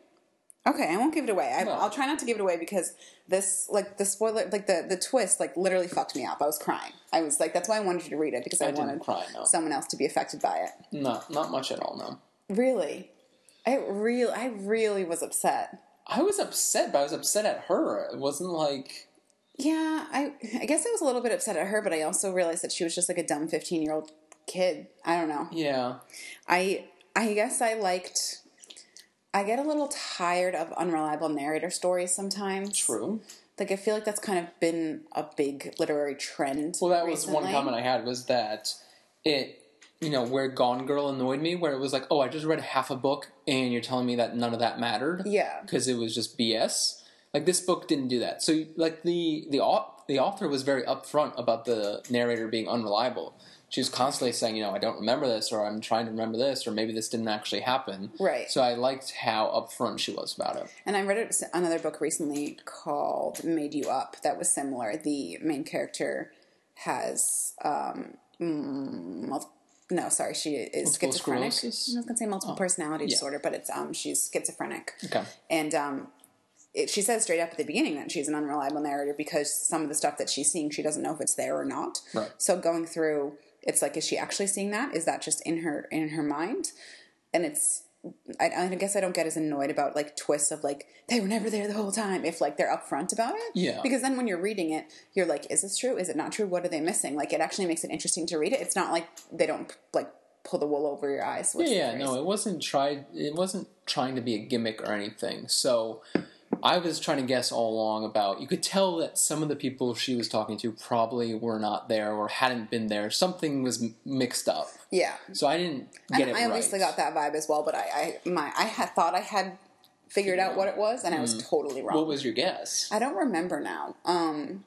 Speaker 1: Okay, I won't give it away. I,
Speaker 2: No.
Speaker 1: I'll try not to give it away because this, like the spoiler, like the the twist, like literally fucked me up. I was crying. I was like, that's why I wanted you to read it because I,
Speaker 2: I didn't
Speaker 1: wanted
Speaker 2: cry, no.
Speaker 1: someone else to be affected by it.
Speaker 2: No, not much at all, no.
Speaker 1: Really, I real, I really was upset.
Speaker 2: I was upset, but I was upset at her. It wasn't like.
Speaker 1: Yeah, I I guess I was a little bit upset at her, but I also realized that she was just like a dumb fifteen year old kid. I don't know.
Speaker 2: Yeah.
Speaker 1: I I guess I liked. I get a little tired of unreliable narrator stories sometimes.
Speaker 2: True.
Speaker 1: Like I feel like that's kind of been a big literary trend.
Speaker 2: Well, that was one
Speaker 1: recently.
Speaker 2: comment I had was that it, you know, where Gone Girl annoyed me, where it was like, oh, I just read half a book and you're telling me that none of that mattered.
Speaker 1: Yeah.
Speaker 2: Because it was just BS. Like this book didn't do that. So like the the au- the author was very upfront about the narrator being unreliable. She was constantly saying, you know, I don't remember this, or I'm trying to remember this, or maybe this didn't actually happen.
Speaker 1: Right.
Speaker 2: So I liked how upfront she was about it.
Speaker 1: And I read it, another book recently called "Made You Up" that was similar. The main character has um, mm, mul- no, sorry, she is
Speaker 2: Multiple
Speaker 1: schizophrenic.
Speaker 2: sclerosis?
Speaker 1: I
Speaker 2: Oh.
Speaker 1: was gonna say multiple personality disorder, but it's um, she's schizophrenic.
Speaker 2: Okay.
Speaker 1: And um, it, she says straight up at the beginning that she's an unreliable narrator because some of the stuff that she's seeing, she doesn't know if it's there or not.
Speaker 2: Right.
Speaker 1: So going through, it's like, is she actually seeing that? Is that just in her in her mind? And it's, I, I guess I don't get as annoyed about like twists of like they were never there the whole time if like they're upfront about it.
Speaker 2: Yeah.
Speaker 1: Because then when you're reading it, you're like, is this true? Is it not true? What are they missing? Like it actually makes it interesting to read it. It's not like they don't like pull the wool over your eyes. What's the
Speaker 2: yeah,
Speaker 1: phrase?
Speaker 2: no, it wasn't tried. It wasn't trying to be a gimmick or anything. So I was trying to guess all along about. You could tell that some of the people she was talking to probably were not there or hadn't been there. Something was m- mixed up.
Speaker 1: Yeah.
Speaker 2: So I didn't get
Speaker 1: I,
Speaker 2: it
Speaker 1: I
Speaker 2: right.
Speaker 1: obviously got that vibe as well, but I, I my I had thought I had figured out what it was, and I
Speaker 2: Mm-hmm.
Speaker 1: was totally wrong.
Speaker 2: What was your guess?
Speaker 1: I don't remember now. Um,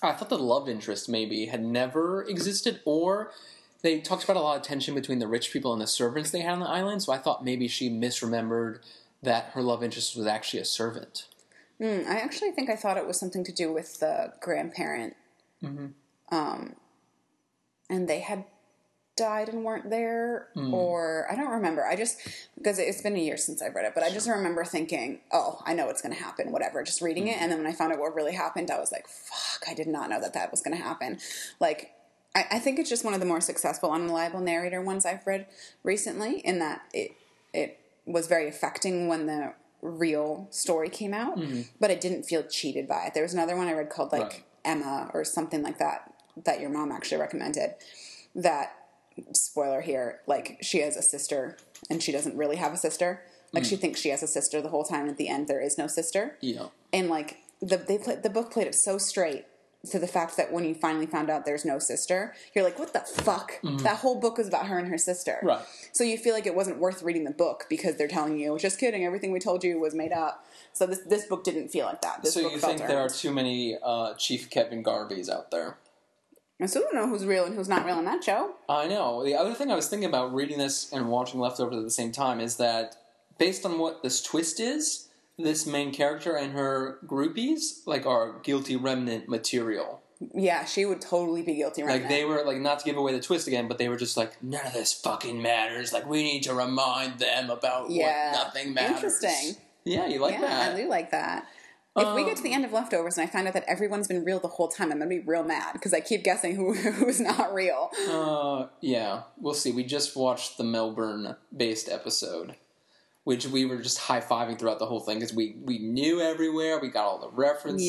Speaker 2: I thought the love interest maybe had never existed, or they talked about a lot of tension between the rich people and the servants they had on the island. So I thought maybe she misremembered that her love interest was actually a servant.
Speaker 1: mm, I actually think I thought it was something to do with the grandparent,
Speaker 2: Mm-hmm.
Speaker 1: um, and they had died and weren't there, or I don't remember. I just because it's been a year since I've read it, but I just remember thinking, "Oh, I know it's going to happen." Whatever, just reading it, and then when I found out what really happened, I was like, "Fuck, I did not know that that was going to happen." Like. I I think it's just one of the more successful unreliable narrator ones I've read recently. In that it it was very affecting when the real story came out, but I didn't feel cheated by it. There was another one I read called like
Speaker 2: Right.
Speaker 1: Emma or something like that that your mom actually recommended. That spoiler here, like she has a sister and she doesn't really have a sister. Like
Speaker 2: Hmm.
Speaker 1: she thinks she has a sister the whole time. and At the end, there is no sister
Speaker 2: You know,
Speaker 1: and like the they played the book played it so straight to the fact that when you finally found out there's no sister, you're like, what the fuck? That whole book was about her and her sister.
Speaker 2: Mm-hmm. Right.
Speaker 1: So you feel like it wasn't worth reading the book because they're telling you, just kidding, everything we told you was made up. So this this book didn't feel like that. This
Speaker 2: so
Speaker 1: book
Speaker 2: you
Speaker 1: felt
Speaker 2: think there are
Speaker 1: earned.
Speaker 2: too many uh, Chief Kevin Garveys out there?
Speaker 1: I still don't know who's real and who's not real in that show.
Speaker 2: I know. The other thing I was thinking about reading this and watching Leftovers at the same time is that based on what this twist is, this main character and her groupies like are guilty remnant material.
Speaker 1: Yeah, she would totally be guilty right
Speaker 2: Like they were like not to give away the twist again, but they were just like none of this fucking matters. Like we need to remind them about
Speaker 1: Yeah.
Speaker 2: what nothing matters.
Speaker 1: Interesting.
Speaker 2: Yeah, Um, you like
Speaker 1: yeah,
Speaker 2: that?
Speaker 1: I do like that. If we get to the end of leftovers and I find out that everyone's been real the whole time, I'm gonna be real mad because I keep guessing who who's not real.
Speaker 2: Uh, yeah, we'll see. We just watched the Melbourne-based episode, which we were just high-fiving throughout the whole thing because we we knew everywhere. We got all the references.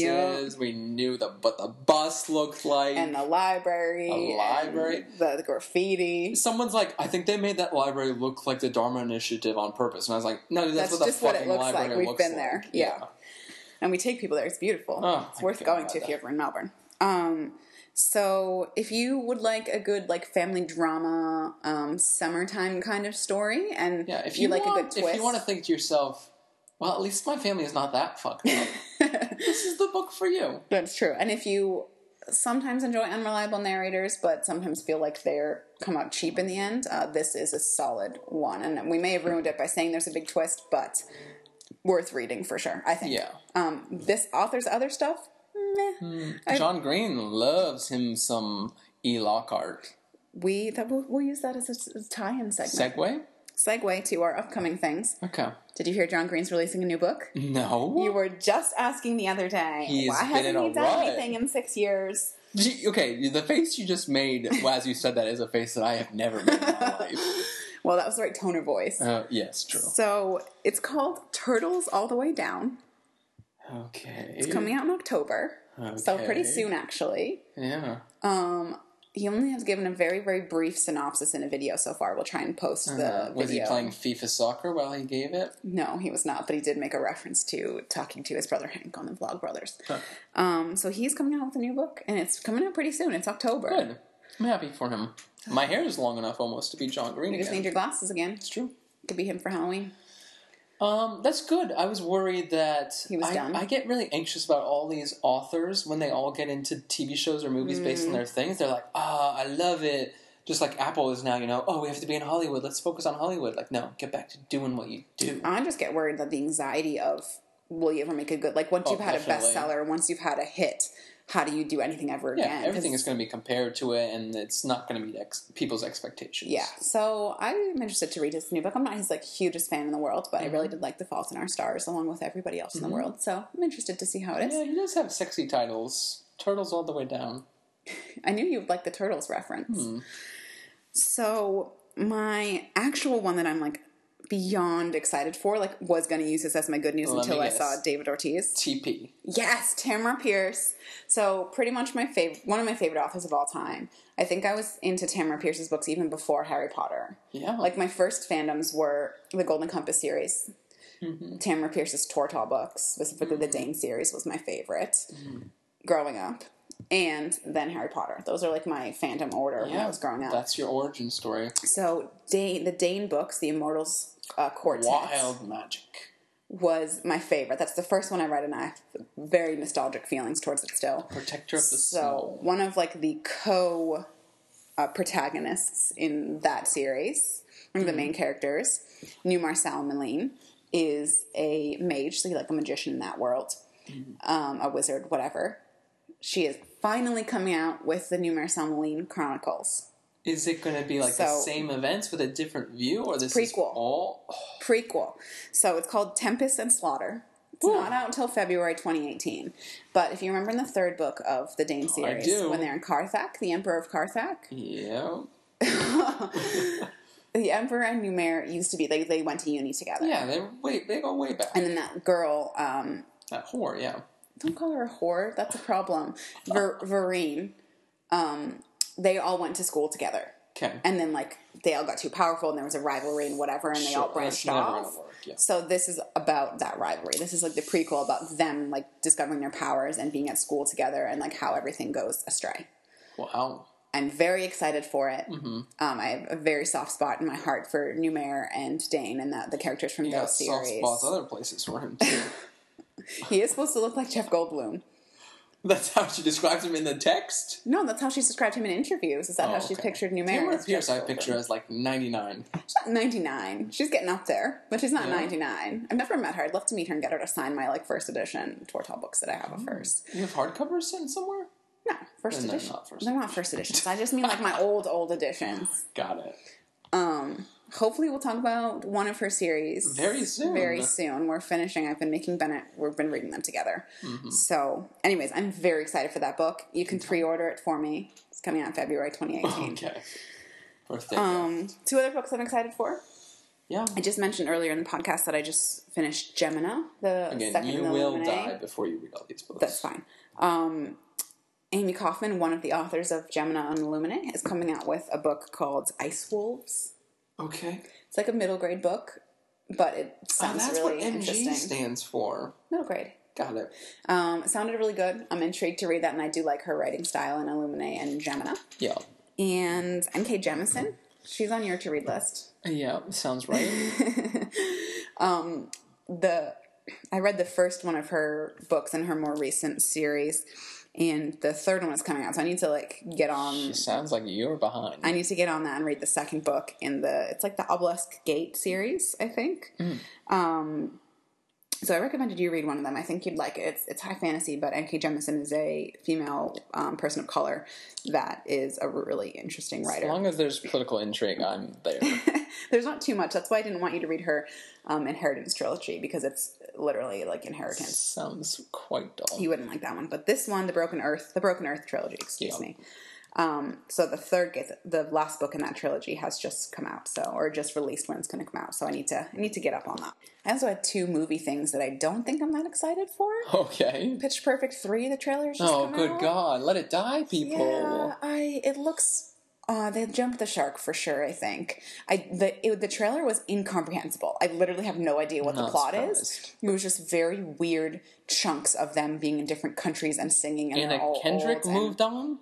Speaker 1: Yep.
Speaker 2: We knew the what the bus looked like.
Speaker 1: and the library,
Speaker 2: A library.
Speaker 1: and the, the graffiti.
Speaker 2: Someone's like, I think they made that library look like the Dharma Initiative on purpose, and I was like, No, dude, that's,
Speaker 1: That's
Speaker 2: what the
Speaker 1: just what it
Speaker 2: fucking
Speaker 1: looks like.
Speaker 2: library
Speaker 1: We've
Speaker 2: looks
Speaker 1: been
Speaker 2: like.
Speaker 1: there. Yeah. And we take people there. It's beautiful.
Speaker 2: Oh,
Speaker 1: it's
Speaker 2: my
Speaker 1: worth
Speaker 2: God.
Speaker 1: going to if you're ever in Melbourne. Um, so if you would like a good like family drama, um, summertime kind of story, and
Speaker 2: Yeah, if you,
Speaker 1: like
Speaker 2: want,
Speaker 1: a good twist,
Speaker 2: if you want to think to yourself, well, at least my family is not that fucked up. this is the book for you.
Speaker 1: That's true. And if you sometimes enjoy unreliable narrators, but sometimes feel like they're come out cheap in the end, uh, this is a solid one. And we may have ruined it by saying there's a big twist, but worth reading for sure. I think.
Speaker 2: Yeah.
Speaker 1: Um, this author's other stuff. Meh. I-
Speaker 2: John Green loves him some E. Lockhart.
Speaker 1: We that we'll, we'll use that as a s- tie-in segment.
Speaker 2: Segway?
Speaker 1: Segue to our upcoming things.
Speaker 2: Okay.
Speaker 1: Did you hear John Green's releasing a new book?
Speaker 2: No.
Speaker 1: You were just asking the other day.
Speaker 2: He's
Speaker 1: why
Speaker 2: been in
Speaker 1: hasn't he
Speaker 2: a
Speaker 1: done
Speaker 2: rut.
Speaker 1: anything in six years?
Speaker 2: Gee, okay, the face you just made as you said that is a face that I have never made in my life.
Speaker 1: Well, that was the right tone of voice.
Speaker 2: Uh, yes, true.
Speaker 1: So it's called Turtles All the Way Down.
Speaker 2: Okay.
Speaker 1: It's coming out in October. So pretty
Speaker 2: Okay.
Speaker 1: soon, actually.
Speaker 2: Yeah.
Speaker 1: Um, he only has given a very, very brief synopsis in a video so far. We'll try and post the
Speaker 2: Uh, was he
Speaker 1: video.
Speaker 2: playing FIFA soccer while he gave it?
Speaker 1: No, he was not, but he did make a reference to talking to his brother Hank on the Vlog Brothers.
Speaker 2: Huh.
Speaker 1: Um, so he's coming out with a new book, and it's coming out pretty soon. It's October.
Speaker 2: Good. I'm happy for him. My hair is long enough almost to be John Green
Speaker 1: You just
Speaker 2: again.
Speaker 1: need your glasses again.
Speaker 2: it's true.
Speaker 1: Could be him for Halloween.
Speaker 2: Um, that's good. I was worried that
Speaker 1: He was
Speaker 2: I,
Speaker 1: done.
Speaker 2: I get really anxious about all these authors when they all get into TV shows or movies based
Speaker 1: Mm.
Speaker 2: on their things. They're like, ah, I love it. Just like Apple is now, you know, oh, we have to be in Hollywood. Let's focus on Hollywood. Like, no, get back to doing what you do.
Speaker 1: I just get worried that the anxiety of will you ever make a good like once
Speaker 2: Oh,
Speaker 1: you've had
Speaker 2: definitely.
Speaker 1: a bestseller, once you've had a hit, how do you do anything ever
Speaker 2: Yeah,
Speaker 1: again? 'Cause-
Speaker 2: everything is going to be compared to it, and it's not going to meet ex- people's expectations.
Speaker 1: Yeah, so I'm interested to read his new book. I'm not his like hugest fan in the world, but I really
Speaker 2: Mm-hmm.
Speaker 1: did like The Fault in Our Stars along with everybody else in the world. So I'm interested to see how it is.
Speaker 2: yeah, he does have sexy titles. Turtles all the way down.
Speaker 1: I knew you'd like the turtles reference.
Speaker 2: Hmm.
Speaker 1: So my actual one that I'm like beyond excited for, like was going to use this as my good news
Speaker 2: Let me
Speaker 1: until I
Speaker 2: guess.
Speaker 1: saw David Ortiz.
Speaker 2: TP.
Speaker 1: Yes, Tamara Pierce. So pretty much my favorite, one of my favorite authors of all time. I think I was into Tamara Pierce's books even before Harry Potter.
Speaker 2: Yeah,
Speaker 1: Like my first fandoms were the Golden Compass series. Tamara Pierce's Tortall books, specifically the Dane series, was my favorite growing up. And then Harry Potter. Those are like my fandom order when I was growing up.
Speaker 2: That's your origin story.
Speaker 1: So Dane, the Dane books, the Immortals uh, Quartet,
Speaker 2: Wild magic.
Speaker 1: was my favorite. That's the first one I read, and I have very nostalgic feelings towards it still.
Speaker 2: Protector of the
Speaker 1: So
Speaker 2: soul.
Speaker 1: one of like the co uh, protagonists in that series, one of the main characters, Numar Salamalin, is a mage, so he's like a magician in that world, um, a wizard, whatever. She is finally coming out with the Numar Salamalin Chronicles.
Speaker 2: Is it going to be like the
Speaker 1: So-
Speaker 2: same events with a different view, or this is
Speaker 1: Prequel.
Speaker 2: all? Oh,
Speaker 1: prequel. So it's called Tempest and Slaughter. It's not out until February 2018. But if you remember in the third book of the Dane series,
Speaker 2: do.
Speaker 1: when they're in Karthak, the Emperor of Karthak,
Speaker 2: yeah,
Speaker 1: the Emperor and Numer used to be, they, they went to uni together.
Speaker 2: yeah. They wait. They go way back.
Speaker 1: And then that girl, um,
Speaker 2: That whore. Yeah.
Speaker 1: don't call her a whore, that's a problem,
Speaker 2: Oh.
Speaker 1: Ver, Vereen, um, they all went to school together.
Speaker 2: Okay.
Speaker 1: And then, like, they all got too powerful and there was a rivalry and whatever, and they all branched off.
Speaker 2: Yeah.
Speaker 1: So this is about that rivalry. This is like the prequel about them like discovering their powers and being at school together and like how everything goes astray.
Speaker 2: Wow.
Speaker 1: I'm very excited for it.
Speaker 2: Mm-hmm.
Speaker 1: Um, I have a very soft spot in my heart for Numair and Dane and that the characters from
Speaker 2: Yeah,
Speaker 1: those
Speaker 2: soft
Speaker 1: series.
Speaker 2: spots other places for him too.
Speaker 1: He is supposed to look like Jeff Goldblum.
Speaker 2: That's how she describes him in the text.
Speaker 1: No, that's how she's described him in interviews. Is that how
Speaker 2: Oh,
Speaker 1: she's
Speaker 2: okay.
Speaker 1: pictured Numair?
Speaker 2: Tamara
Speaker 1: as Jeff
Speaker 2: Pierce, I
Speaker 1: Goldblum.
Speaker 2: picture as like ninety nine.
Speaker 1: She's not 99. She's getting up there, but she's not
Speaker 2: Yeah.
Speaker 1: 99. I've never met her. I'd love to meet her and get her to sign my like first edition Tortal books that I have of hers.
Speaker 2: You have hardcovers sitting somewhere.
Speaker 1: No, first
Speaker 2: Then Mm-hmm. they're
Speaker 1: edition.
Speaker 2: not first
Speaker 1: They're not first editions. I just mean like my old old editions.
Speaker 2: Got it.
Speaker 1: Um, hopefully we'll talk about one of her series
Speaker 2: Very soon.
Speaker 1: Very soon. We're finishing. I've been making Bennett. We've been reading them together.
Speaker 2: Mm-hmm.
Speaker 1: So, anyways, I'm very excited for that book. You can pre-order it for me. It's coming out in February 2018.
Speaker 2: Okay. Birthday.
Speaker 1: Um, two other books I'm excited for.
Speaker 2: yeah.
Speaker 1: I just mentioned earlier in the podcast that I just finished Gemina, the
Speaker 2: Again,
Speaker 1: second
Speaker 2: you
Speaker 1: in the
Speaker 2: will
Speaker 1: Lemonade.
Speaker 2: die before you read all these books.
Speaker 1: That's fine. Um, Amy Kaufman, one of the authors of Gemini on Illuminate, is coming out with a book called Ice Wolves.
Speaker 2: Okay.
Speaker 1: It's like a middle grade book, but it
Speaker 2: Oh,
Speaker 1: sounds
Speaker 2: that's
Speaker 1: really
Speaker 2: what MG
Speaker 1: interesting.
Speaker 2: stands for.
Speaker 1: middle grade.
Speaker 2: Got it.
Speaker 1: Um, it sounded really good. I'm intrigued to read that, and I do like her writing style in Illuminate and Gemina.
Speaker 2: Yeah.
Speaker 1: And MK Jemison, she's on your to read list.
Speaker 2: Yeah, sounds right.
Speaker 1: the I read the first one of her books in her more recent series, and the third one is coming out. So I need to like get on.
Speaker 2: It sounds like you're behind.
Speaker 1: I need to get on that and read the second book in the. It's like the Obelisk Gate series, I think. Um, so I recommended you read one of them. I think you'd like it. It's, it's high fantasy, but N.K. Jemisin is a female um, person of color that is a really interesting
Speaker 2: as
Speaker 1: writer.
Speaker 2: long as there's political intrigue, I'm there.
Speaker 1: There's not too much. That's why I didn't want you to read her um, Inheritance trilogy because it's literally like Inheritance.
Speaker 2: sounds quite dull.
Speaker 1: you wouldn't like that one. But this one, the Broken Earth, the Broken Earth trilogy, excuse
Speaker 2: Yeah.
Speaker 1: me. Um, so the third, gets, the last book in that trilogy has just come out, so or just released when it's going to come out. So I need to, I need to get up on that. I also had two movie things that I don't think I'm that excited for.
Speaker 2: Okay.
Speaker 1: Pitch Perfect three, the trailer's just
Speaker 2: Oh,
Speaker 1: come
Speaker 2: good
Speaker 1: out.
Speaker 2: God. Let it die, people.
Speaker 1: Yeah, I. It looks. Uh, they jumped the shark for sure. I think. I the it, the trailer was incomprehensible. I literally have no idea what the
Speaker 2: Not
Speaker 1: plot
Speaker 2: surprised.
Speaker 1: is. It was just very weird chunks of them being in different countries and singing. And, they're
Speaker 2: Anna
Speaker 1: all
Speaker 2: Kendrick
Speaker 1: old and-
Speaker 2: moved on?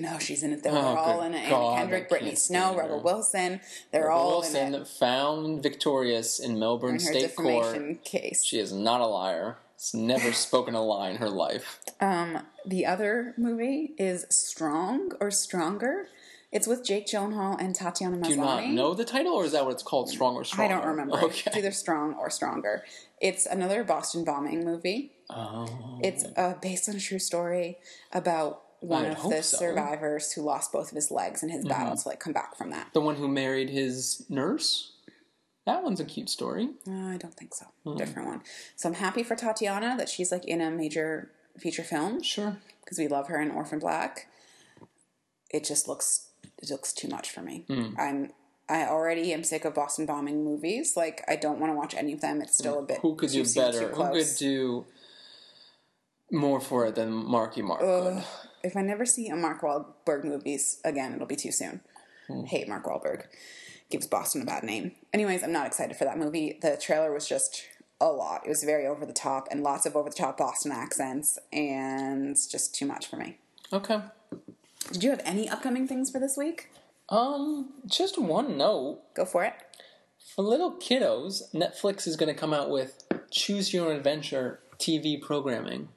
Speaker 1: no, she's in it. They were
Speaker 2: Oh,
Speaker 1: all
Speaker 2: good
Speaker 1: in it.
Speaker 2: God,
Speaker 1: Anna Kendrick,
Speaker 2: I
Speaker 1: Brittany
Speaker 2: can't
Speaker 1: Snow,
Speaker 2: stand her.
Speaker 1: Rebel Wilson. They're all in it.
Speaker 2: Wilson found victorious in Melbourne
Speaker 1: Her
Speaker 2: State Court.
Speaker 1: defamation case.
Speaker 2: She is not a liar. She's never spoken a lie in her life.
Speaker 1: Um, the other movie is Strong or Stronger. It's with Jake Gyllenhaal and Tatiana Maslany.
Speaker 2: Do you not know the title, or is that what it's called? Strong or
Speaker 1: I
Speaker 2: Stronger?
Speaker 1: don't remember. It's
Speaker 2: Okay.
Speaker 1: either strong or stronger. It's another Boston bombing movie.
Speaker 2: Oh.
Speaker 1: It's uh, based on a true story about one
Speaker 2: I'd
Speaker 1: of
Speaker 2: hope
Speaker 1: the
Speaker 2: so. Mm-hmm.
Speaker 1: survivors who lost both of his legs in his battle to like come back from that.
Speaker 2: The one who married his nurse? That one's a cute story.
Speaker 1: Uh, I don't think so.
Speaker 2: Mm.
Speaker 1: Different one. So I'm happy for Tatiana that she's like in a major feature film
Speaker 2: Sure.
Speaker 1: because we love her in Orphan Black. It just looks it looks too much for me.
Speaker 2: Mm.
Speaker 1: I'm I already am sick of Boston bombing movies. Like I don't want to watch any of them. It's still a bit
Speaker 2: Mm. Who could
Speaker 1: too
Speaker 2: do
Speaker 1: soon, too
Speaker 2: better? Who could
Speaker 1: close.
Speaker 2: do more for it than Marky Mark
Speaker 1: Ugh. if I never see a Mark Wahlberg movies again, it'll be too soon.
Speaker 2: Hmm.
Speaker 1: Hate Mark Wahlberg. Gives Boston a bad name. Anyways, I'm not excited for that movie. The trailer was just a lot. It was very over the top and lots of over the top Boston accents and just too much for me.
Speaker 2: could? Okay.
Speaker 1: Did you have any upcoming things for this week?
Speaker 2: Um, just one note.
Speaker 1: Go for it.
Speaker 2: For little kiddos, Netflix is going to come out with Choose Your Own Adventure TV programming.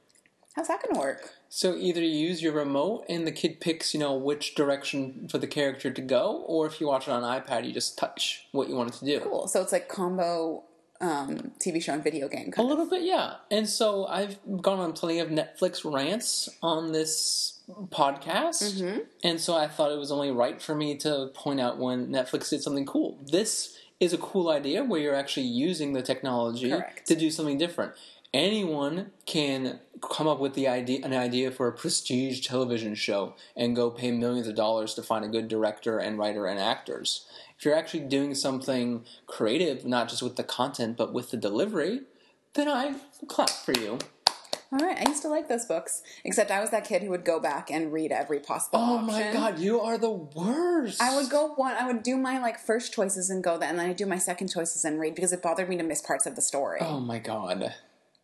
Speaker 1: How's that gonna work?
Speaker 2: So either you use your remote and the kid picks, you know, which direction for the character to go, or if you watch it on iPad, you just touch what you want it to do.
Speaker 1: Cool. So it's like combo um, TV show and video game.
Speaker 2: A
Speaker 1: Kind
Speaker 2: little bit, yeah. And so I've gone on plenty of Netflix rants on this podcast. And so I thought it was only right for me to point out when Netflix did something cool. This is a cool idea where you're actually using the technology
Speaker 1: Correct.
Speaker 2: to do something different. Anyone can come up with the idea, an idea for a prestige television show and go pay millions of dollars to find a good director and writer and actors. If you're actually doing something creative, not just with the content but with the delivery, then I clap for you.
Speaker 1: All right. I used to like those books, except I was that kid who would go back and read every possible.
Speaker 2: Oh
Speaker 1: option.
Speaker 2: my god, you are the worst.
Speaker 1: I would go one. I would do my like first choices and go that, and then I do my second choices and read because it bothered me to miss parts of the story.
Speaker 2: Oh my god.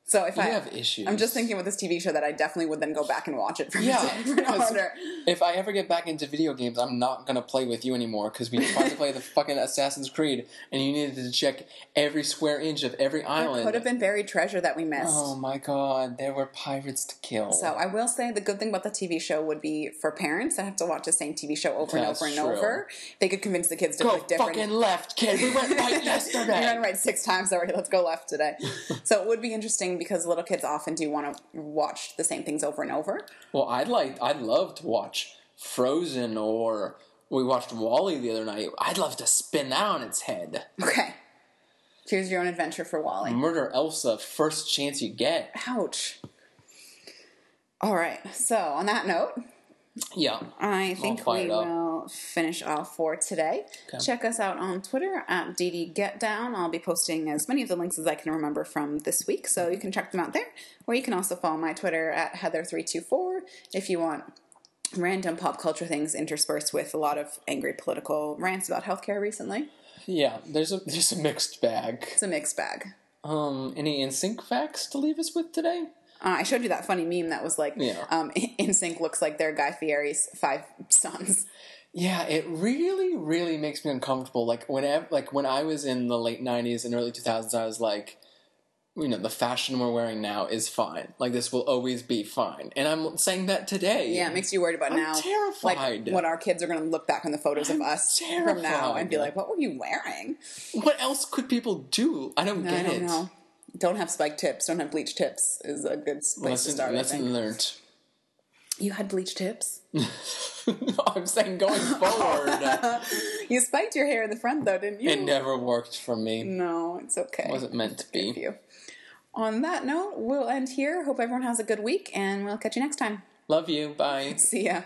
Speaker 1: so if I
Speaker 2: have issues.
Speaker 1: I'm just thinking with this TV show that I definitely would then go back and watch it from
Speaker 2: Yeah,
Speaker 1: yeah, different
Speaker 2: 'cause-
Speaker 1: order.
Speaker 2: If I ever get back into video games, I'm not gonna play with you anymore because we tried to play the fucking Assassin's Creed, and you needed to check every square inch of every island.
Speaker 1: Could have been buried treasure that we missed.
Speaker 2: Oh my god, there were pirates to kill.
Speaker 1: So I will say the good thing about the TV show would be for parents that have to watch the same TV show over and
Speaker 2: That's
Speaker 1: over and
Speaker 2: true.
Speaker 1: over, they could convince the kids to
Speaker 2: go
Speaker 1: click different.
Speaker 2: fucking left, kid. We went right yesterday.
Speaker 1: We ran right six times already. Let's go left today. so it would be interesting because little kids often do want to watch the same things over and over.
Speaker 2: Well, I'd like, I'd love to watch Frozen, or we watched Wally the other night. I'd love to spin that on its head.
Speaker 1: Okay. Choose your own adventure for Wally.
Speaker 2: Murder Elsa, first chance you get.
Speaker 1: Ouch. All right. So, on that note,
Speaker 2: Yeah.
Speaker 1: I think we
Speaker 2: fired up.
Speaker 1: will finish off for today. Check us out on Twitter at DDGetDown. I'll be posting as many of the links as I can remember from this week, so you can check them out there. Or you can also follow my Twitter at Heather324 if you want random pop culture things interspersed with a lot of angry political rants about healthcare recently.
Speaker 2: Yeah, there's a there's a mixed bag.
Speaker 1: It's a mixed bag.
Speaker 2: Um, any NSYNC facts to leave us with today?
Speaker 1: Uh, I showed you that funny meme that was like,
Speaker 2: Yeah.
Speaker 1: um, In Sync looks like their Guy Fieri's five sons.
Speaker 2: Yeah, it really, really makes me uncomfortable. Like whenever, like when I was in the late '90s and early 2000s, I was like, you know, the fashion we're wearing now is fine. Like this will always be fine, and I'm saying that today.
Speaker 1: Yeah, it makes you worried about now.
Speaker 2: terrified.
Speaker 1: Like, when our kids are going to look back on the photos of us from now and be like,
Speaker 2: terrified.
Speaker 1: what were you wearing?
Speaker 2: What else could people do? I don't get
Speaker 1: I don't
Speaker 2: it.
Speaker 1: know. Don't have spike tips. Don't have bleach tips is a good place to
Speaker 2: Lesson,
Speaker 1: start, I
Speaker 2: lesson
Speaker 1: think.
Speaker 2: learned.
Speaker 1: You had bleach tips?
Speaker 2: No, I'm saying going forward,
Speaker 1: You spiked your hair in the front, though, didn't you?
Speaker 2: it never worked for me.
Speaker 1: No, it's okay.
Speaker 2: uh, wasn't meant to
Speaker 1: Good for
Speaker 2: be.
Speaker 1: you. On that note, we'll end here. Hope everyone has a good week, and we'll catch you next time.
Speaker 2: Love you. Bye.
Speaker 1: See ya.